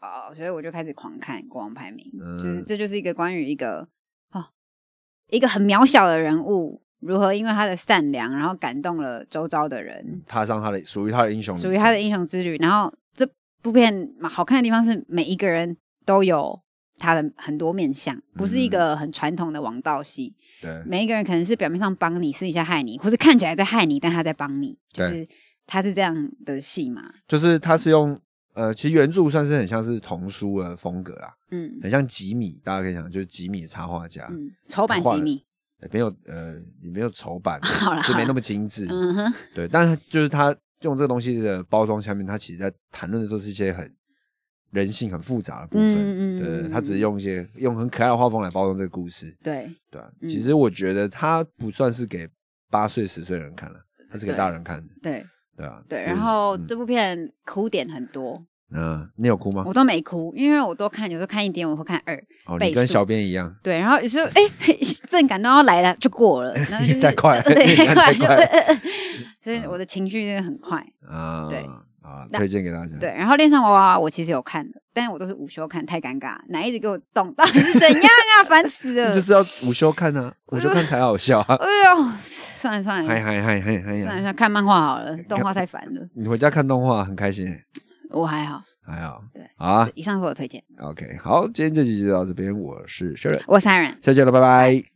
S1: 哦，所以我就开始狂看《国王排名》就是
S3: 嗯
S1: 这就是一个关于一个哦，一个很渺小的人物如何因为他的善良，然后感动了周遭的人，
S3: 踏上他的属于他的英雄旅程，
S1: 属于他的英雄之旅。然后这部片好看的地方是每一个人都有。他的很多面相，不是一个很传统的王道戏。
S3: 嗯对
S1: 每一个人可能是表面上帮你，私底下害你，或是看起来在害你，但他在帮你，就
S3: 对
S1: 是他是这样的戏嘛。
S3: 就是他是用呃，其实原著算是很像是童书的风格啦，
S1: 嗯
S3: 很像吉米，大家可以想，就是吉米的插画家，
S1: 嗯，丑版
S3: 画
S1: 吉
S3: 了
S1: 米，
S3: 呃没有呃也没有丑版，
S1: [LAUGHS] 好啦
S3: 就没那
S1: 好啦
S3: 么精致，
S1: 嗯哼，
S3: 对，但是就是他用这个东西的包装下面，他其实在谈论的都是一些很人性很复杂的部分，
S1: 嗯嗯嗯
S3: 对，
S1: 嗯
S3: 他只是用一些用很可爱的画风来包装这个故事，
S1: 对，
S3: 对、啊，
S1: 嗯
S3: 其实我觉得他不算是给八岁十岁的人看了，他是给
S1: 对
S3: 大人看的，
S1: 对
S3: 对啊，
S1: 嗯对，
S3: 就是
S1: 然后
S3: 嗯
S1: 这部片哭点很多，
S3: 嗯，你有哭吗
S1: 我？都没哭，因为我都看，有时候看一点，我会看二，
S3: 哦，
S1: 倍
S3: 你跟
S1: 速
S3: 小编一样，
S1: 对，然后有时候哎，正感动要来了就过了，然
S3: [LAUGHS]
S1: 后就是
S3: 太快了
S1: 对，太快了，
S3: 太
S1: 就
S3: 快了嗯
S1: 呃呃呃所以我的情绪真的很快。
S3: 啊，
S1: 对
S3: 啊，
S1: 那
S3: 推荐给大家。
S1: 对，，然后《恋上娃娃》我其实有看的，但是我都是午休看，太尴尬，哪一直给我动，到底是怎样啊？烦死
S3: [LAUGHS]
S1: 了！
S3: 就是要午休看
S1: [LAUGHS]
S3: 啊，午休看才好笑啊。
S1: 哎呦，算了算了，
S3: 嗨
S1: 算
S3: 嗨嗨嗨嗨
S1: 了算
S3: 呀！
S1: 了，看漫画好了，动画太烦了，
S3: 你回家看动画很开心欸，
S1: 我还好。
S3: 还好。
S1: 对
S3: 好啊
S1: 以上是我的推荐，
S3: ，OK，好，今天这集就到这边，我是 Sharon，
S1: 我是 Siren。
S3: 再见了，拜拜。